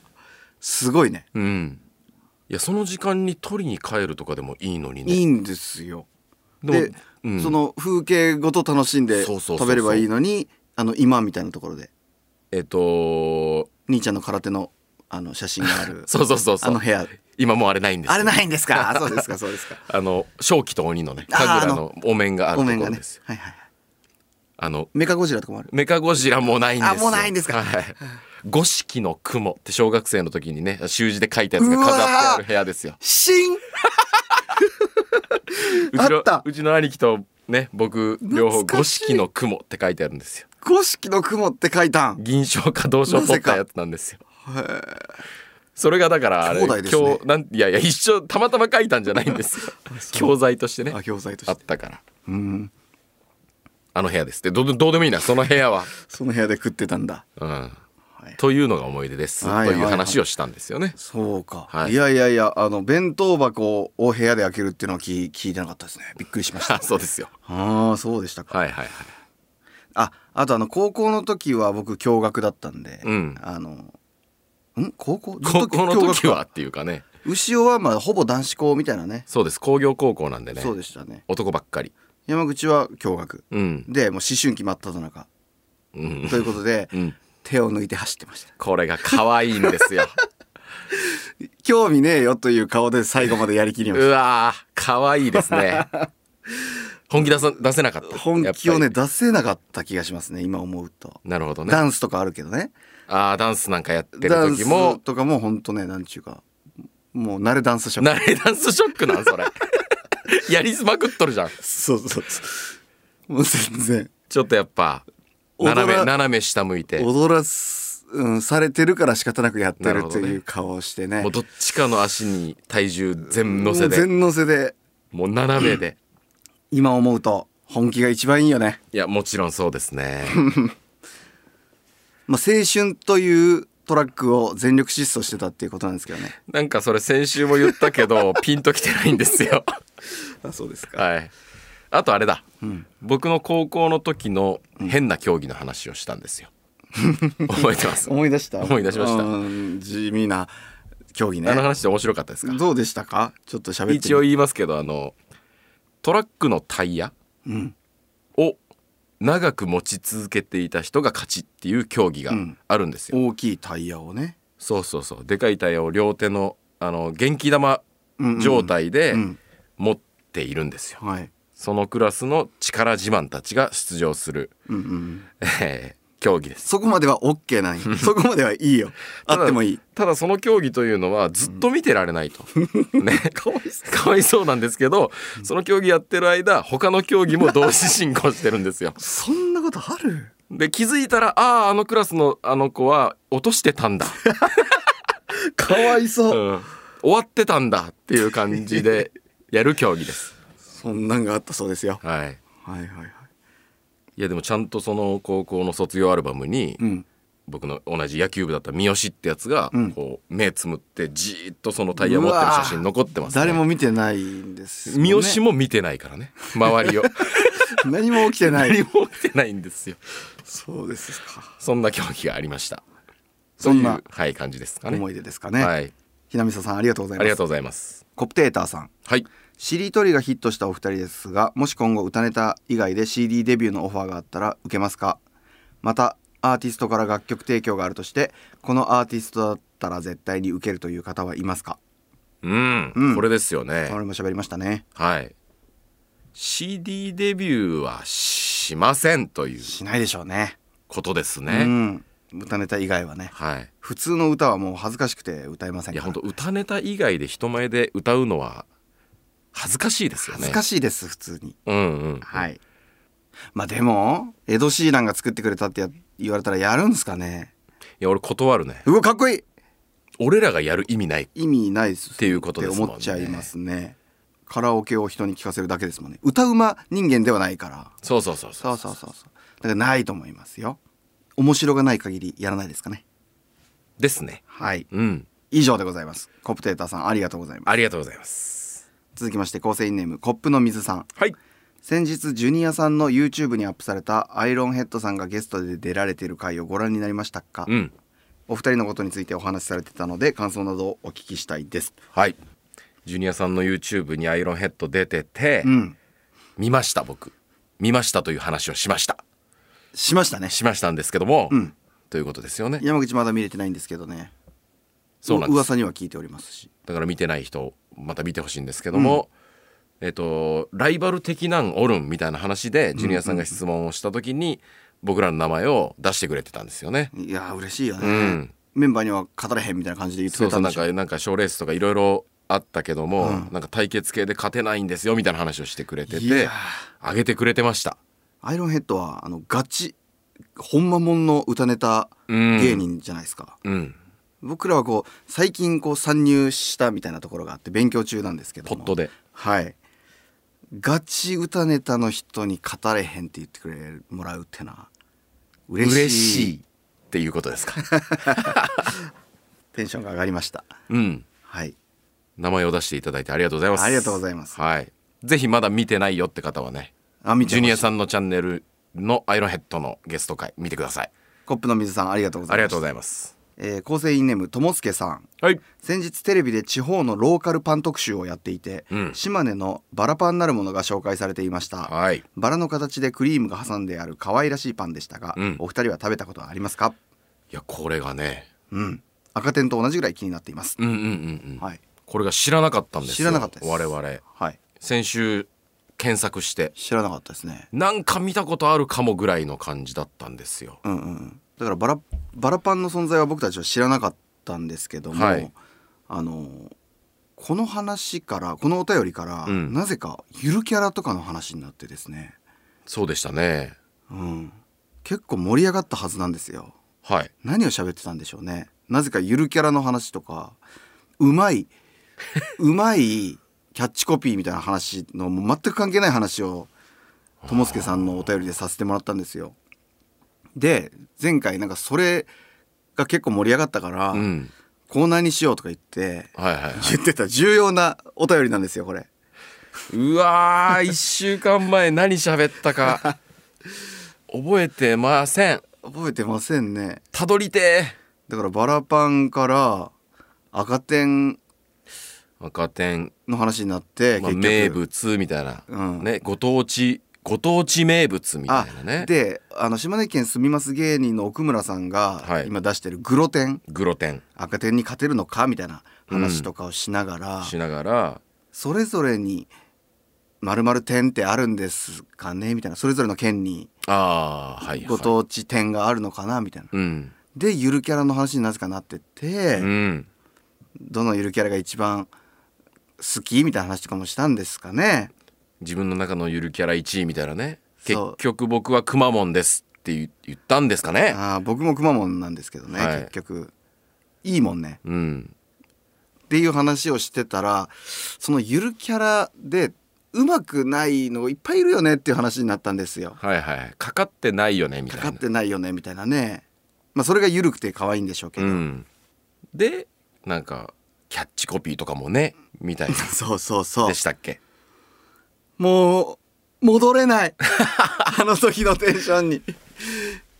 S2: すごいね
S1: うんいやその時間に取りに帰るとかでもいいのにね
S2: いいんですよ
S1: でも
S2: で、
S1: うん
S2: その風景ごと楽しんで
S1: そうそうそうそう
S2: 食べればいいのにあの今みたいなところで
S1: えっと
S2: 兄ちゃんの空手のあの写真がある
S1: (laughs) そうそうそうそ
S2: あの
S1: う
S2: 部屋
S1: 今もうあれないんですよ
S2: あれないんです
S1: (laughs)
S2: かそうですかそうですか
S1: あの正気と鬼のね
S2: あー
S1: 神
S2: あ
S1: 楽
S2: の
S1: のお面がある
S2: ご
S1: と
S2: めん
S1: こ
S2: が
S1: ろ
S2: ね
S1: です
S2: はいはいはい
S1: あの
S2: メカゴジラとかもある
S1: メカゴジラもうないんですよ
S2: あもうないんですか
S1: はい五色の雲って小学生の時にね習字で書いたやつが飾ってある部屋ですよ
S2: 新
S1: うちの
S2: あった
S1: うちの兄貴とね僕両方
S2: 懐か
S1: 五
S2: しい
S1: 色の雲って書いてあるんですよ
S2: 五色の雲って書いたん
S1: 銀賞か銅賞
S2: なぜ
S1: 取っ
S2: か
S1: たやつなんですよそれがだからあれ
S2: 兄弟ですね
S1: 教なんいやいや一緒たまたま書いたんじゃないんです
S2: (laughs)
S1: よ教材としてね
S2: あ教材と
S1: あ
S2: し
S1: ってたから
S2: うん
S1: あの部屋ですでどうどうでもいいなその部屋は、
S2: その部屋で食ってたんだ
S1: うん
S2: はい
S1: というのが思い出です、
S2: はい
S1: という話をしたんですよね (laughs)
S2: そうか、
S1: はい
S2: い、やいやいやあの弁当箱を部屋で開けるっていうのは聞聞いてなかったですねびっくりしました
S1: あ (laughs) そうですよ
S2: ああそうでしたか、
S1: はいはいはい
S2: ああとあの高校の時は僕共学だったんで、
S1: うん
S2: あのん高校ずっ
S1: 高
S2: と
S1: 校の
S2: 共学
S1: 時はっていうかね
S2: 牛尾はまあほぼ男子校みたいなね
S1: そうです工業高校なんでね
S2: そうでしたね
S1: 男ばっかり
S2: 山口は共学
S1: うん
S2: でもう思春期真っ只中
S1: うん
S2: ということで、
S1: (laughs) うん
S2: 手を抜いて走ってました
S1: これが可愛いんです
S2: (laughs)
S1: よ
S2: 興味ねえよという顔で最後までやりきりまし
S1: (laughs) うわー可愛いですね本気出さ出せなかった
S2: た本気を
S1: や
S2: ね
S1: っぱ
S2: 出せなかった気がしますね今思うと、
S1: りなるほどね
S2: ダンスとかあるけどね
S1: あーダンスなんかやってる
S2: ダン
S1: 時
S2: ス
S1: も
S2: とかもほんとねなんちゅうかもう慣れダンスショップ
S1: 慣れダンスショックなんそ
S2: (laughs)
S1: れやりまくっとるじゃん
S2: そうそうそうもう全然
S1: ちょっとやっぱ
S2: 踊ら
S1: 斜め斜め下向いても
S2: 踊らす、うん、されてるから仕方なくやって
S1: なる
S2: る
S1: ほ
S2: と
S1: どね
S2: いう顔をしてね
S1: うどっちかの足に体重全乗
S2: も
S1: せ
S2: う
S1: で
S2: 全乗せで
S1: もう斜めで
S2: 今思うと本気が一番いいよね、
S1: いやもちろんそうですね
S2: まあ、青春というトラックを全力疾走してたっていうことなんですけどね
S1: なんかそれ先週も言ったけ (laughs) どピンときてないんですよ
S2: あそうですか
S1: はい。あとあれだ、僕の高校の時の変な競技の話をしたん (laughs) ですよ。覚えてます。
S2: 思い出した
S1: 思い出しました
S2: うん地味な競技
S1: あの
S2: ね
S1: 話って面白かったですか。
S2: どうでしたかちょっと喋って
S1: 一応言いますけど、あのトラックのタイヤ
S2: うん
S1: を長く持ち続けていた人が勝ちっていう競技があるんですよ。
S2: 大きいタイヤをね
S1: そうそうそう。でかいタイヤを両手のあの元気玉
S2: うんうん
S1: 状態で
S2: うん
S1: 持っているんですよ。
S2: はい
S1: そのクラスの力自慢たちが出場する、
S2: うんうん、
S1: えー競技です
S2: そこまでは OK なんやそこまではいいよ (laughs) あってもいい
S1: ただその競技というのはずっと見てられないと、
S2: (laughs)
S1: ね
S2: かわいそ
S1: かわいそうなんですけどその競技やってる間他の競技も同時進行してるん
S2: (laughs)
S1: ですよ
S2: うそんなことあ
S1: (laughs)
S2: る
S1: で気づいたらあああのクラスのあの子は落として
S2: (laughs)
S1: たんだ、
S2: かわいそうう、
S1: ん終わってたんだっていう感じでやる競技です
S2: そんなんがあったそうですよ
S1: はい
S2: はいはいはい
S1: いやでもちゃんとその高校の卒業アルバムに、
S2: うん
S1: 僕の同じ野球部だった三好ってやつが、
S2: うん
S1: こう目つむってじーっとそのタイヤ持ってる写真残ってます、ね、
S2: 誰も見てないんです
S1: 三好も
S2: も
S1: 見てないからね周りを
S2: ね何も起きてな
S1: 何
S2: い
S1: も見てないんですよ
S2: そうですか
S1: そんな競技がありました
S2: そんな
S1: というはい感じですかね
S2: 思い出ですかね、
S1: はい
S2: ひなみそさんありがとうござい
S1: あ
S2: ます
S1: りがとうございます
S2: コプテーターさん
S1: はい
S2: しりとりがヒットしたお二人ですがもし今後歌ネタ以外で CD デビューのオファーがあったら受けますかまたアーティストから楽曲提供があるとしてこのアーティストだったら絶対に受けるという方はいますか
S1: うん、
S2: うん
S1: これですよね
S2: これも喋りましたね
S1: はい CD デビューはしませんという
S2: しないでしょうね
S1: ことです
S2: う
S1: ね、
S2: ん歌ネタ以外はね
S1: はい
S2: 普通の歌はもう恥ずかしくて歌えません
S1: い
S2: か
S1: や
S2: ら
S1: 本当歌ネタ以外で人前で歌うのは恥ずかしいですよね
S2: 恥ずか
S1: しい
S2: しいです普通に
S1: うんうん
S2: はいまあでもエド・シーランが作ってくれたってや言われたらやるんですかね
S1: いや俺断るね
S2: うわかっこいい
S1: 俺らがやる意味ないっ
S2: 意味ないです
S1: ていうことですもんね
S2: って思っちゃいますねカラオケを人に聞かせるだけですもんね歌うま人間ではないから
S1: そうそうそうそ
S2: そううそうそうそうだからないと思いますよ面白がない限りやらないですかね
S1: ですね
S2: はい
S1: うん
S2: 以上でございますコプテーターさんありがとうございます
S1: ありがとうございます
S2: 続きまして構成員ネームコップの水さん
S1: はい
S2: 先日ジュニアさんの YouTube にアップされたアイロンヘッドさんがゲストで出られている回をご覧になりましたか、
S1: うん
S2: お二人のことについてお話しされてたので感想などをお聞きしたいです
S1: はいジュニアさんの YouTube にアイロンヘッド出てて、
S2: うん
S1: 見ました僕見ましたという話をしました
S2: しましたね
S1: しましたんですけども、
S2: うん
S1: ということですよね
S2: (laughs) 山口まだ見れてないんですけどね
S1: そうなんです
S2: 噂には聞いておりますし
S1: だから見てない人また見てほしいんですけども、えっとライバル的なんおるんみたいな話でジュニアさんが質問をした時に僕らの名前を出してくれてたんですよね。
S2: いやー嬉しいよね、
S1: うん
S2: メンバーには語れへんみたいな感じで言ってく
S1: そう
S2: れ
S1: そう
S2: た
S1: んな
S2: で
S1: ん
S2: しょ
S1: かなんか賞レースとかいろいろあったけども、
S2: うん
S1: なんか対決系で勝てないんですよみたいな話をしてくれて
S2: いや
S1: て
S2: ー
S1: あげてくれてました。
S2: アイロンヘッドはあのガチほんまもんの歌ネタ
S1: うん
S2: 芸人じゃないですか、
S1: うん、
S2: 僕らはこう最近こう参入したみたいなところがあって勉強中なんですけど
S1: ポ
S2: も
S1: ットで
S2: はいガチ歌ネタの人に語れへんって言ってくれもらうってな嬉しい
S1: 嬉しいっていうことです
S2: (laughs)
S1: か。
S2: テンションが上がりました
S1: うん、
S2: はい
S1: 名前を出していただいてありがとうございます。
S2: ありがとうございます
S1: はい、ぜひまだ見てないよって方はね、
S2: あ見て
S1: ジュニ
S2: ま
S1: ア
S2: した
S1: さんのチャンネルのアイロンヘッドのゲスト会見てください。
S2: コップの水さんありがとうござ
S1: あ
S2: い
S1: り
S2: ま
S1: が
S2: す
S1: とうございます。
S2: えー構成員ネームともすけさん
S1: はい。
S2: 先日テレビで地方のローカルパン特集をやっていて、
S1: うん
S2: 島根のバラパンなるものが紹介されていました
S1: はい。
S2: バラの形でクリームが挟んである可愛らしいパンでしたが、
S1: うん
S2: お二人は食べたことはありますか
S1: いやこれがね、
S2: うん赤点と同じぐらい気になっています、
S1: うんうんうんうん。
S2: はい
S1: これが知らなかったんですよ。
S2: 知らなかったです
S1: 我々
S2: はい
S1: 先週検索して
S2: 知らなかったですね
S1: なんか見たことあるかもぐらいの感じだったんですよ。
S2: うんうんだからバラバラパンの存在は僕たちは知らなかったんですけども、
S1: はい
S2: あのーこの話からこのお便りから、
S1: うん
S2: なぜかゆるキャラとかの話になってですね
S1: そうでしたね。
S2: うん、結構盛り上がったはずなんですよ
S1: はい。
S2: 何を喋ってたんでしょうねなぜかゆるキャラの話とかうまいうまいキャッチコピーみたいな話のもう全く関係ない話をともすけさんのお便りでさせてもらったんですよで前回なんかそれが結構盛り上がったから、
S1: うん。
S2: コーナーにしようとか言って
S1: はいはい、はい。
S2: 言ってた重要なお便りなんですよこれ
S1: うわー1週間前 (laughs) 何喋ったか覚えてません
S2: 覚えてませんね
S1: たどりて
S2: だからバラパンから赤点
S1: ー赤点、
S2: の話になって、
S1: まあ、
S2: 結局
S1: 名物みたいな、
S2: うん
S1: ねご当地ご当地名物みたいなね
S2: あであの島根県住みます芸人の奥村さんが、
S1: はい
S2: 今出してるグロ天
S1: グロテン
S2: 赤点に勝てるのかみたいな話とかをしながら、
S1: しながら
S2: それぞれに〇〇点ってあるんですかねみたいなそれぞれの県に
S1: ああはいはい
S2: ご当地点があるのかなみたいな。
S1: うん
S2: でゆるキャラの話になぜかなってて、
S1: うん
S2: どのゆるキャラが一番好きみたいな話とかもしたんですかね。
S1: 自分の中のゆるキャラ1位みたいなね結
S2: そう
S1: 局僕はくまモンですって言言ったんですかね
S2: あー僕もくまモンなんですけどね、
S1: はい
S2: 結局いいもんね。
S1: うん
S2: っていう話をしてたらそのゆるキャラでうまくないのいっぱいいるよねっていう話になったんですよ。
S1: はいはいかかってないよねみた
S2: か
S1: いな
S2: かってないよねみたいなね。まあそれがゆるくて可愛いんでしょうけ
S1: う
S2: ど、
S1: んでなんかキャッチコピーとかもねみたいな
S2: そうそうそう
S1: でしたっけ
S2: もう戻れないあの時のテンションに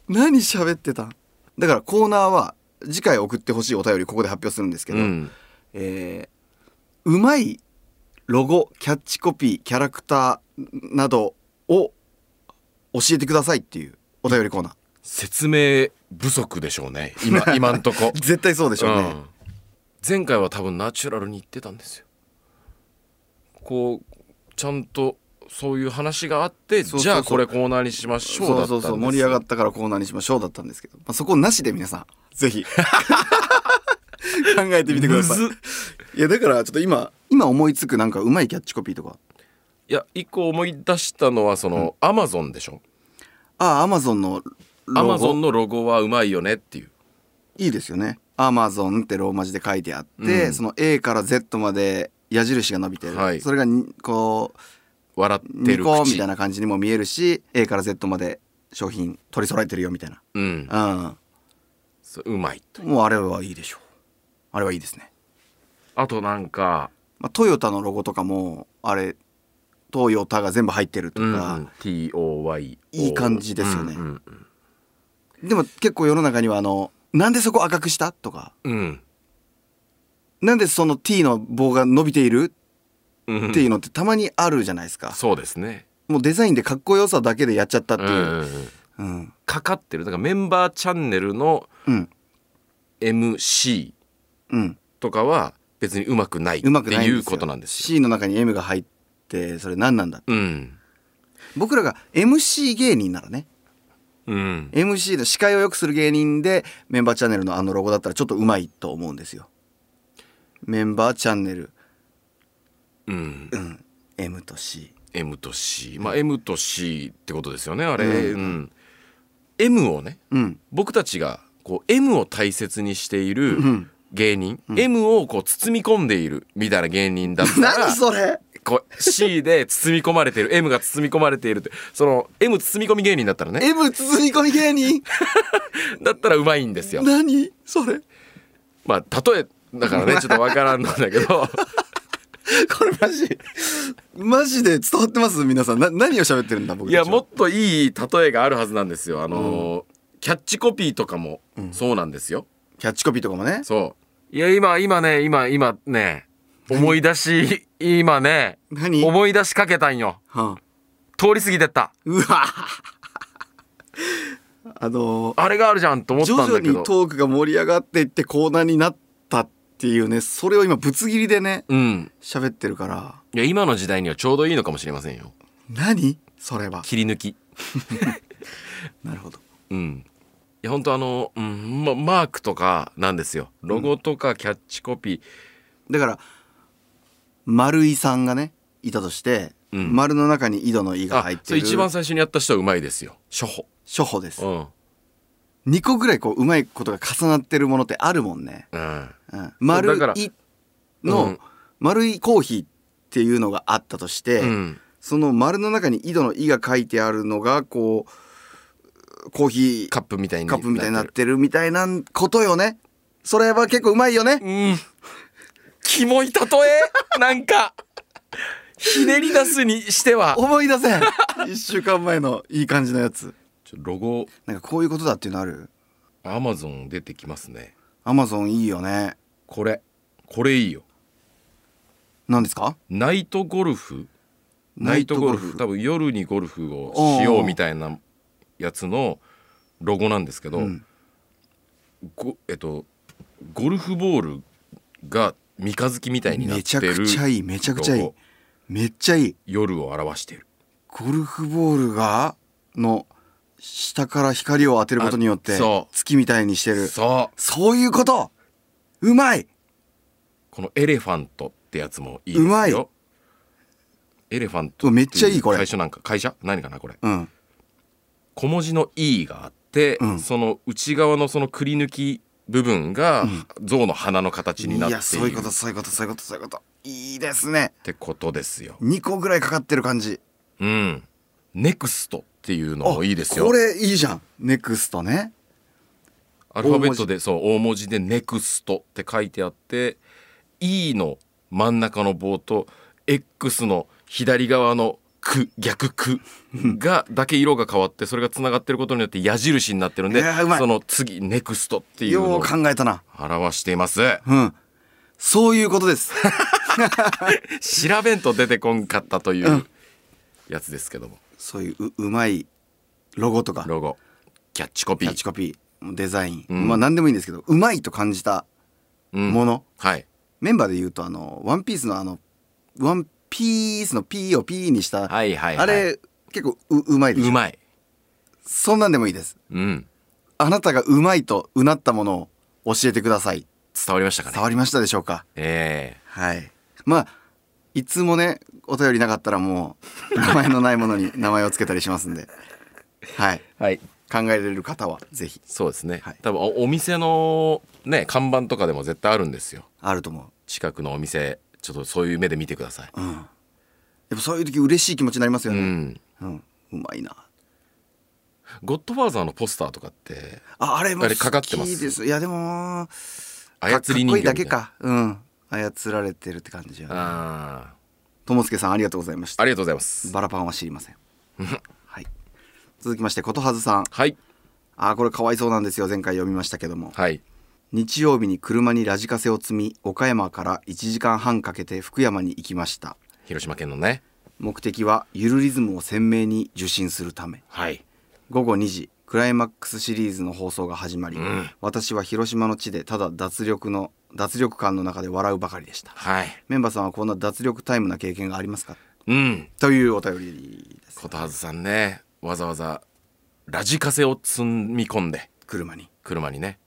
S2: 何喋ってたんだからコーナーは次回送ってほしいお便りここで発表するんですけど、
S1: うん
S2: えーうまいロゴキャッチコピーキャラクターなどを教えてくださいっていうお便りコーナー
S1: 説明不足でしょうね今今んと
S2: (laughs)
S1: こ
S2: 絶対そうでしょうね、
S1: うん前回は多分ナチュラルに言ってたんですよこうちゃんとそういう話があって
S2: そうそうそう
S1: じゃあこれコーナーにしましょうだ
S2: そ
S1: った
S2: う
S1: ですよ
S2: んそうそう盛り上がったからコーナーにしましょうだったんですけど、まあ、そこなしで皆さんぜひ考えてみてくださ
S1: む
S2: いいやだからちょっと今今思いつくなんかうまいキャッチコピーとか
S1: いや一個思い出したのはそのアマゾンでしょ
S2: ああアマゾンの
S1: ア
S2: ロゴ
S1: マゾンのロゴはうまいよねっていう
S2: いいですよねアマゾンってローマ字で書いてあって、
S1: うん
S2: その A から Z まで矢印が伸びてる、
S1: はい
S2: それがにこう
S1: 笑って
S2: ニ
S1: る
S2: コみ
S1: 口
S2: たいな感じにも見えるし A から Z まで商品取り揃えてるよみたい
S1: うん
S2: な
S1: そううまいと
S2: うんもうあれはいいでしょうあれはいいですね
S1: あとなんか
S2: まあ、トヨタのロゴとかもあれトヨタが全部入ってると
S1: うん
S2: か、
S1: TOY
S2: いい感じですよね
S1: うん
S2: でも結構世の中にはあの「なんでそこ赤くした?」とか
S1: うん
S2: 「なんでその T の棒が伸びている?」
S1: うん
S2: っていうのってたまにあるじゃないですか、
S1: そうですね
S2: もうデザインでかっこよさだけでやっちゃったって
S1: う
S2: い
S1: ん
S2: う、
S1: うんうん
S2: うん
S1: かかってるだからメンバーチャンネルの
S2: うん
S1: MC
S2: うん
S1: とかは別にうまくないって
S2: うまくな
S1: い
S2: いんですよ
S1: うことなんですよ。
S2: C の中に M が入ってそれ何なんだ
S1: うん
S2: 僕らが MC 芸人ならね
S1: うん
S2: MC の司会をよくする芸人でメンバーチャンネルのあのロゴだったらちょっとうまいと思うんですよメンバーチャンネル
S1: うん、
S2: M と C
S1: M と C まあ M と C ってことですよねあれ、う
S2: う
S1: んん M をね
S2: うん
S1: 僕たちがこう M を大切にしている
S2: うん
S1: 芸人、M をこう包み込んでいるみたいな芸人だったら
S2: (laughs) 何それ
S1: こう C で包み込まれている M が包み込まれているってその M 包み込み芸人だったらね
S2: M 包み込み芸人
S1: だったらうまいんですよ。
S2: 何それ
S1: まあ例えだから (laughs) ねちょっとわからんのだけ (laughs) ど
S2: これマジマジで伝わってます皆さんな何を喋ってるんだ僕
S1: い
S2: たちは
S1: やもっといい例えがあるはずなんですよ。あのーキャッチコピーとかもそうなんですよ。
S2: キャッチコピーとかもね
S1: そう。いや今今ね今今ね思い出 (laughs) し今ね
S2: 何、は
S1: 思い出しかけたんよ。
S2: あ、
S1: 通り過ぎてった。
S2: うわ (laughs) あの
S1: あれがあるじゃんと思った
S2: 徐
S1: ん
S2: 々
S1: だけ
S2: に
S1: ど。
S2: トークが盛り上がっていってコーナーになったっていうねそれを今ぶつ切りでね
S1: うん。
S2: 喋ってるから
S1: いや今の時代にはちょうどいいのかもしれませんよ。
S2: 何それは
S1: 切り抜き。
S2: なるほど
S1: うん。いや本当あの、うんま、マークとかなんですよ。ロゴとかキャッチコピー。
S2: だから丸井さんがねいたとして、
S1: うん
S2: 丸の中に井戸の井が入って
S1: そ
S2: る
S1: れ一番最初にやった人はうまいですよ初歩
S2: 初歩です
S1: うん、
S2: 2個ぐらいこううまいことが重なってるものってあるもんね、
S1: うん、
S2: うん、丸
S1: だから
S2: い
S1: う
S2: の
S1: ん
S2: 丸いコーヒーっていうのがあったとして、
S1: うん
S2: その丸の中に井戸の井が書いてあるのがこうコーヒー
S1: カップみたいに
S2: カップみたいになってるみたいなことよねそれは結構うまいよね
S1: うんキモい例えなんかひねり出すにしては
S2: 思い出 (laughs) せん1週間前のいい感じのやつ
S1: ちょロゴ
S2: なんかこういうことだっていうのある
S1: アマゾン出てきますね
S2: アマゾンいいよね
S1: これこれいいよ
S2: 何ですか
S1: ナイトゴルフ
S2: ナ
S1: ナ
S2: イ
S1: イ
S2: ト
S1: ト
S2: ゴ
S1: ゴ
S2: ル
S1: ル
S2: フ
S1: フ多分夜にゴルフをしようみたいなやつのロゴなんですけど、
S2: うん
S1: ごえっとゴルフボールが三日月みたいになって
S2: めちゃ
S1: る
S2: くちゃいいめちゃくちゃいい
S1: ロゴ
S2: めっちゃいい
S1: 夜を表している
S2: ゴルフボールがの下から光を当てることによって
S1: あそう
S2: 月みたいにしてる
S1: そう
S2: そういうことうまい
S1: このエレファントってやつもいいですよ
S2: うまい
S1: エレファント
S2: めっちゃいいこれ
S1: 最初なんか会社何かなこれ
S2: うん
S1: 小文字の E があって、
S2: うん
S1: その内側のそのくり抜き部分が象の鼻の形になってい
S2: い
S1: る
S2: やそういうこと
S1: っ
S2: そういうことそういうことそういうこといいですね
S1: てことですよ。
S2: 2個ぐらいかかってる感じ
S1: うん。ネクストっていうのもいいですよ。
S2: これいいじゃんネクストね
S1: アルファベットでそう大文字でネクストって書いてあって E の真ん中の棒と X の左側のく逆くがだけ色が変わってそれがつながってることによって矢印になってるんで、
S2: いやーうまい
S1: その次ネクストっていうの
S2: よ
S1: を
S2: う考えたな
S1: 表しています。
S2: うんそういうことです
S1: (laughs) 調べんと出てこんかったというやつですけども、
S2: そういうううまいロゴとか
S1: ロゴキャッチコピ
S2: キャ
S1: ー
S2: ッチコピーデザイン、
S1: うん
S2: まあ何でもいいんですけどうまいと感じた
S1: うん
S2: もの、
S1: はい
S2: メンバーで言うとあの「ワンピースのあの「ワンピースの「P」を「P」にした、
S1: はいはいはい
S2: あれ結構ううまいでしょ
S1: うまい
S2: そんなんでもいいです
S1: うん
S2: あなたがうまいとうなったものを教えてください
S1: 伝わりましたかね
S2: 触りましたでしょうか
S1: え
S2: はいまあいつもねお便りなかったらも
S1: (laughs)
S2: う名前のないものに名前をつけたりしますんではい
S1: えはい
S2: 考えられる方はぜひ
S1: そうですね、
S2: はい
S1: 多分おお店のね看板とかでも絶対あるんですよ
S2: あると思
S1: 近くのお店ちょっとそういう目で見てください、
S2: ううんやっぱそういう時嬉しい気持ちになりますよ
S1: う
S2: ね
S1: ん、
S2: うん、うまいな
S1: ゴッドファーザーのポスターとかって
S2: ああれ
S1: あ
S2: も好
S1: れかかってます
S2: きですいやでも
S1: 操り人形みたいな
S2: かっこいいだけかうん操られてるって感じよね
S1: あ
S2: ともすけさんありがとうございまし
S1: ーあ
S2: た
S1: りがとうございます
S2: バラパンは知りませんはい続きましてことはずさん
S1: はい
S2: あーこれかわいそうなんですよ前回読みましたけども
S1: はい
S2: 日曜日に車にラジカセを積み岡山から1時間半かけて福山に行きました
S1: 広島県のね
S2: 目的はゆるリズムを鮮明に受信するため
S1: はい
S2: 午後2時クライマックスシリーズの放送が始まり、
S1: ん
S2: 私は広島の地でただ脱力の脱力感の中で笑うばかりでした
S1: はい
S2: メンバーさんはこんな脱力タイムな経験がありますか
S1: うん
S2: というお便りです
S1: ことはずさんねわざわざラジカセを積み込んで
S2: 車に
S1: 車にね、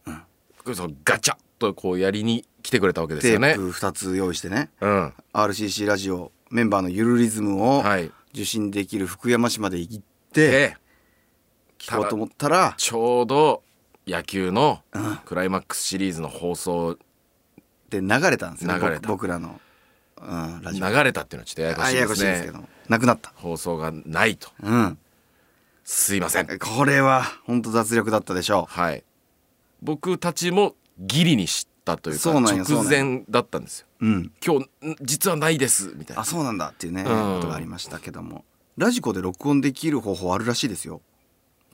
S1: そうガチャッとこうやりに来てくれたわけです
S2: テ
S1: よ
S2: ー
S1: ね。
S2: プ2つ用意してね
S1: うん、
S2: RCC ラジオメンバーのゆるリズムを
S1: はい
S2: 受信できる福山市まで行って
S1: で
S2: 聞こうと思ったら
S1: ちょうど野球の
S2: うん
S1: クライマックスシリーズの放送
S2: で流れたんですよね
S1: 流れた
S2: 僕僕らの、うん、ラ
S1: 流
S2: ジオ
S1: れたっていうのはちょっとややこ
S2: あ
S1: しい
S2: やや
S1: で
S2: こし
S1: す
S2: いですけ
S1: ね
S2: ど。もなくなった
S1: 放送がないと
S2: うん
S1: すいません。
S2: これは本当脱力だったでしょ
S1: はい。僕たちもギリに知ったというか
S2: そうなんや
S1: 直前だったんですよ。
S2: ううん
S1: 今日ん実はないですみたいな
S2: あ。そうなんだっていうね、
S1: うん
S2: ことがありましたけどもラジコで録音できる方法あるらしいですよ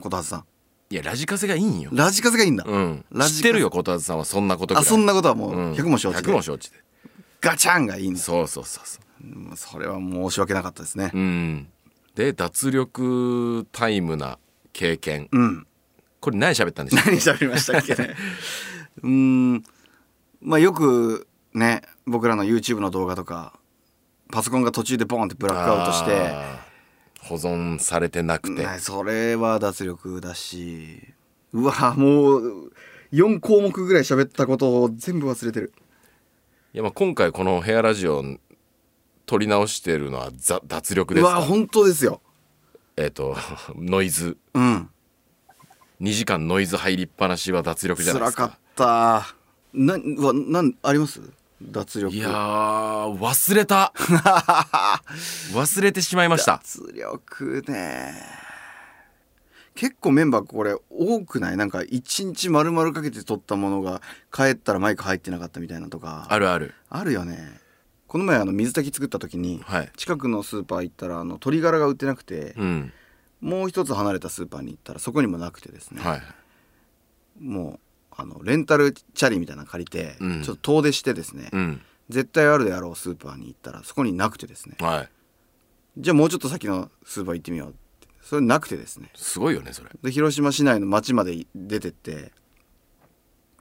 S2: こたつさん
S1: いやラジカセがいいんよ。
S2: ラジカセがいいんだ、
S1: うん、
S2: ラジカ
S1: 知ってるよことわずさんはそんなことぐら
S2: あ
S1: い
S2: そんなことはもう
S1: うん
S2: 100も承知で、
S1: 100も承知で
S2: ガチャンがいいんです
S1: そうそうそうそ
S2: うんそれは申し訳なかったですね
S1: ううんで脱力タイムな経験
S2: うん、
S1: これ何喋ったんでし
S2: (laughs)
S1: ょう
S2: 何喋りましたっけねうーんまあよくね僕らの YouTube の動画とかパソコンが途中でボーンってブラックアウトして
S1: あー保存されてなくて、
S2: ねそれは脱力だしうわもう4項目ぐらい喋ったことを全部忘れてる
S1: いやまあ今回この「ヘアラジオ」撮り直してるのはざ脱力で
S2: う
S1: す
S2: わ
S1: か
S2: 本当ですよ
S1: えっ、と (laughs) ノイズ
S2: うん
S1: 2時間ノイズ入りっぱなしは脱力じゃないで
S2: 辛
S1: す
S2: か
S1: か
S2: ったなうわなんあります脱力
S1: いやー忘れ
S2: (laughs)
S1: た忘れてしまいました
S2: 脱力ね結構メンバーこれ多くないなんか1日丸々かけて撮ったものが帰ったらマイク入ってなかったみたいなとか
S1: あるある
S2: あるよねこの前あの水炊き作った時に
S1: はい
S2: 近くのスーパー行ったらあの鶏ガラが売ってなくて、
S1: うん
S2: もう一つ離れたスーパーに行ったらそこにもなくてですね、
S1: はい
S2: もうあのレンタルチャリみたいなの借りて、
S1: うん
S2: ちょっと遠出してですね、
S1: うん
S2: 絶対あるであろうスーパーに行ったらそこになくてですね
S1: はい
S2: じゃあもうちょっと先のスーパー行ってみようってそれなくてですね
S1: すごいよねそれ
S2: で広島市内の町まで出てって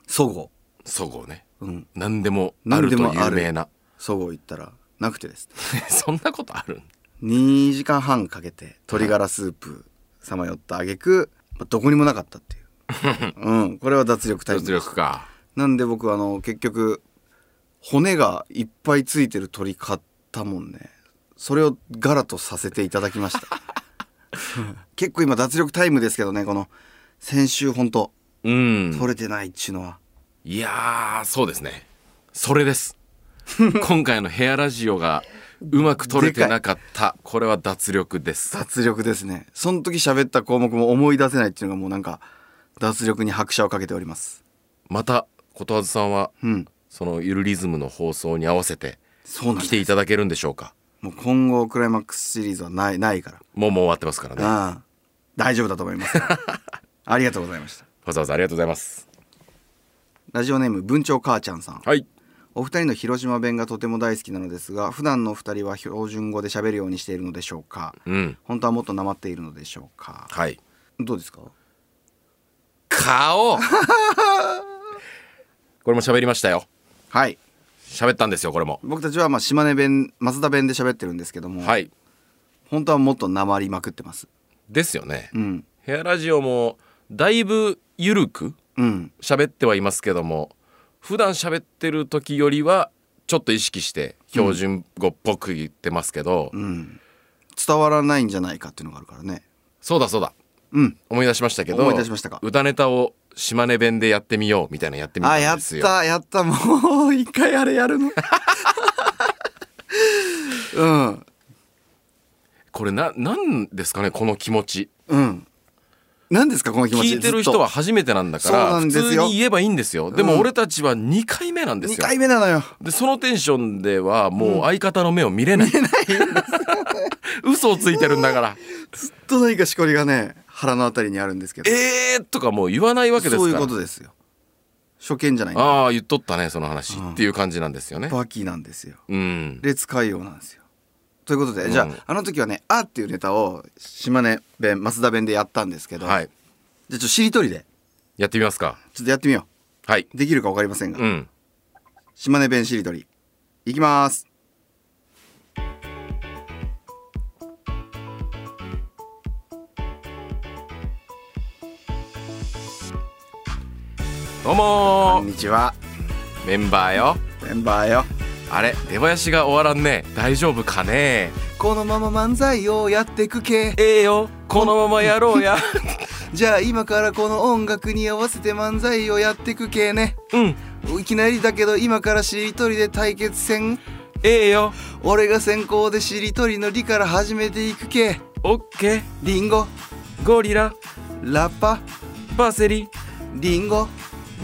S2: そご
S1: そごうね
S2: う、うん、
S1: 何でもあると
S2: 何でもあ
S1: 有
S2: る
S1: 名な
S2: そごう行ったらなくてです
S1: (laughs) そんなことある
S2: 2時間半かけて鶏ガラスープさまよった挙句まあどこにもなかったっていう
S1: (laughs)
S2: うんこれは脱力タイム
S1: 脱力か
S2: なんで僕あの結局骨がいっぱいついてる鶏買ったもんねそれをガラとさせていただきました
S1: (laughs)
S2: 結構今脱力タイムですけどねこの先週ほんと
S1: うん
S2: 取れてないっちゅうのは、
S1: いやーそうですねそれです
S2: (laughs)
S1: 今回のヘアラジオがうまく撮れてなかったこれは脱力です
S2: 脱力ですねその時喋った項目も思い出せないっていうのがもうなんか脱力に拍車をかけております
S1: またことわずさんは
S2: うん
S1: そのゆるリズムの放送に合わせて
S2: そうなん
S1: 来
S2: だ
S1: ていただけるんでしょうか
S2: もう今後クライマックスシリーズはないないから
S1: もうもう終わってますからね
S2: ああ大丈夫だと思います
S1: (laughs)
S2: ありがとうございました
S1: わざわざありがとうございます
S2: ラジオネーム文鳥母ちゃんさん
S1: はい
S2: お二人の広島弁がとても大好きなのですが普段のお二人は標準語で喋るようにしているのでしょうか
S1: うん
S2: 本当はもっとなまっているのでしょうか
S1: はい
S2: どうですか (laughs)
S1: 顔これも喋りましたよ
S2: はい
S1: 喋ったんですよこれも
S2: 僕たちはまあ島根弁松田弁で喋ってるんですけども、
S1: はい
S2: 本当はもっとなまりまくってます
S1: ですよね
S2: うん
S1: ヘアラジオもだいぶゆるく
S2: うん
S1: 喋ってはいますけども普段喋ってる時よりはちょっと意識して標準語っぽく言ってますけど、
S2: うん伝わらないんじゃないかっていうのがあるからね
S1: そうだそうだ
S2: うん
S1: 思い出しましたけど
S2: 思い出しましたか
S1: 歌ネタを島根弁でやってみようみたいなのやってみた
S2: あや
S1: ん
S2: っ
S1: ですよ
S2: たやったもう一回あれやるの (laughs) うん
S1: これななんですかねこの気持ち
S2: うん何ですかこの気持ち
S1: 聞いてる人は初めてなんだから
S2: そうなん
S1: 普
S2: ですよ
S1: 通に言えばいいんですよで
S2: うん
S1: も俺たちは2回目なんで
S2: ずっ
S1: す
S2: と
S1: よ
S2: 2回目なのよ
S1: でそのテンションではもう相方の目を見れない、嘘をついてるんだから
S2: ずっと何かしこりがね腹のあたりにあるんですけど
S1: えーとかもう言わないわけですから
S2: そういうことですよ初見じゃないんだ
S1: ああ言っとったねその話、
S2: うん
S1: っていう感じなんですよね
S2: バキなんですよ
S1: うん
S2: 列海洋なんですよということで、
S1: うん
S2: じゃああの時はね「あ」っていうネタを島根弁増田弁でやったんですけど、
S1: はい
S2: じゃあちょっとしりとりで
S1: やってみますか
S2: ちょっとやってみよ
S1: はいう
S2: できるか分かりませんが、
S1: うん
S2: 島根弁しりとりいきます
S1: どう
S2: こ
S1: も
S2: ん
S1: ー
S2: にちは
S1: メンバーよ
S2: メンバーよ
S1: あれ出囃子が終わらんね大丈夫かね
S2: このまま漫才をやってくけ
S1: ええよこのままやろう
S2: (laughs)
S1: や
S2: じゃあ今からこの音楽に合わせて漫才をやってくけね
S1: うん
S2: いきなりだけど今からしりとりで対決戦
S1: ええよ
S2: 俺が先行でしりとりの「り」から始めていくけ
S1: オッケー
S2: リンゴ
S1: ゴリラ
S2: ラッパ
S1: パセリ
S2: リンゴ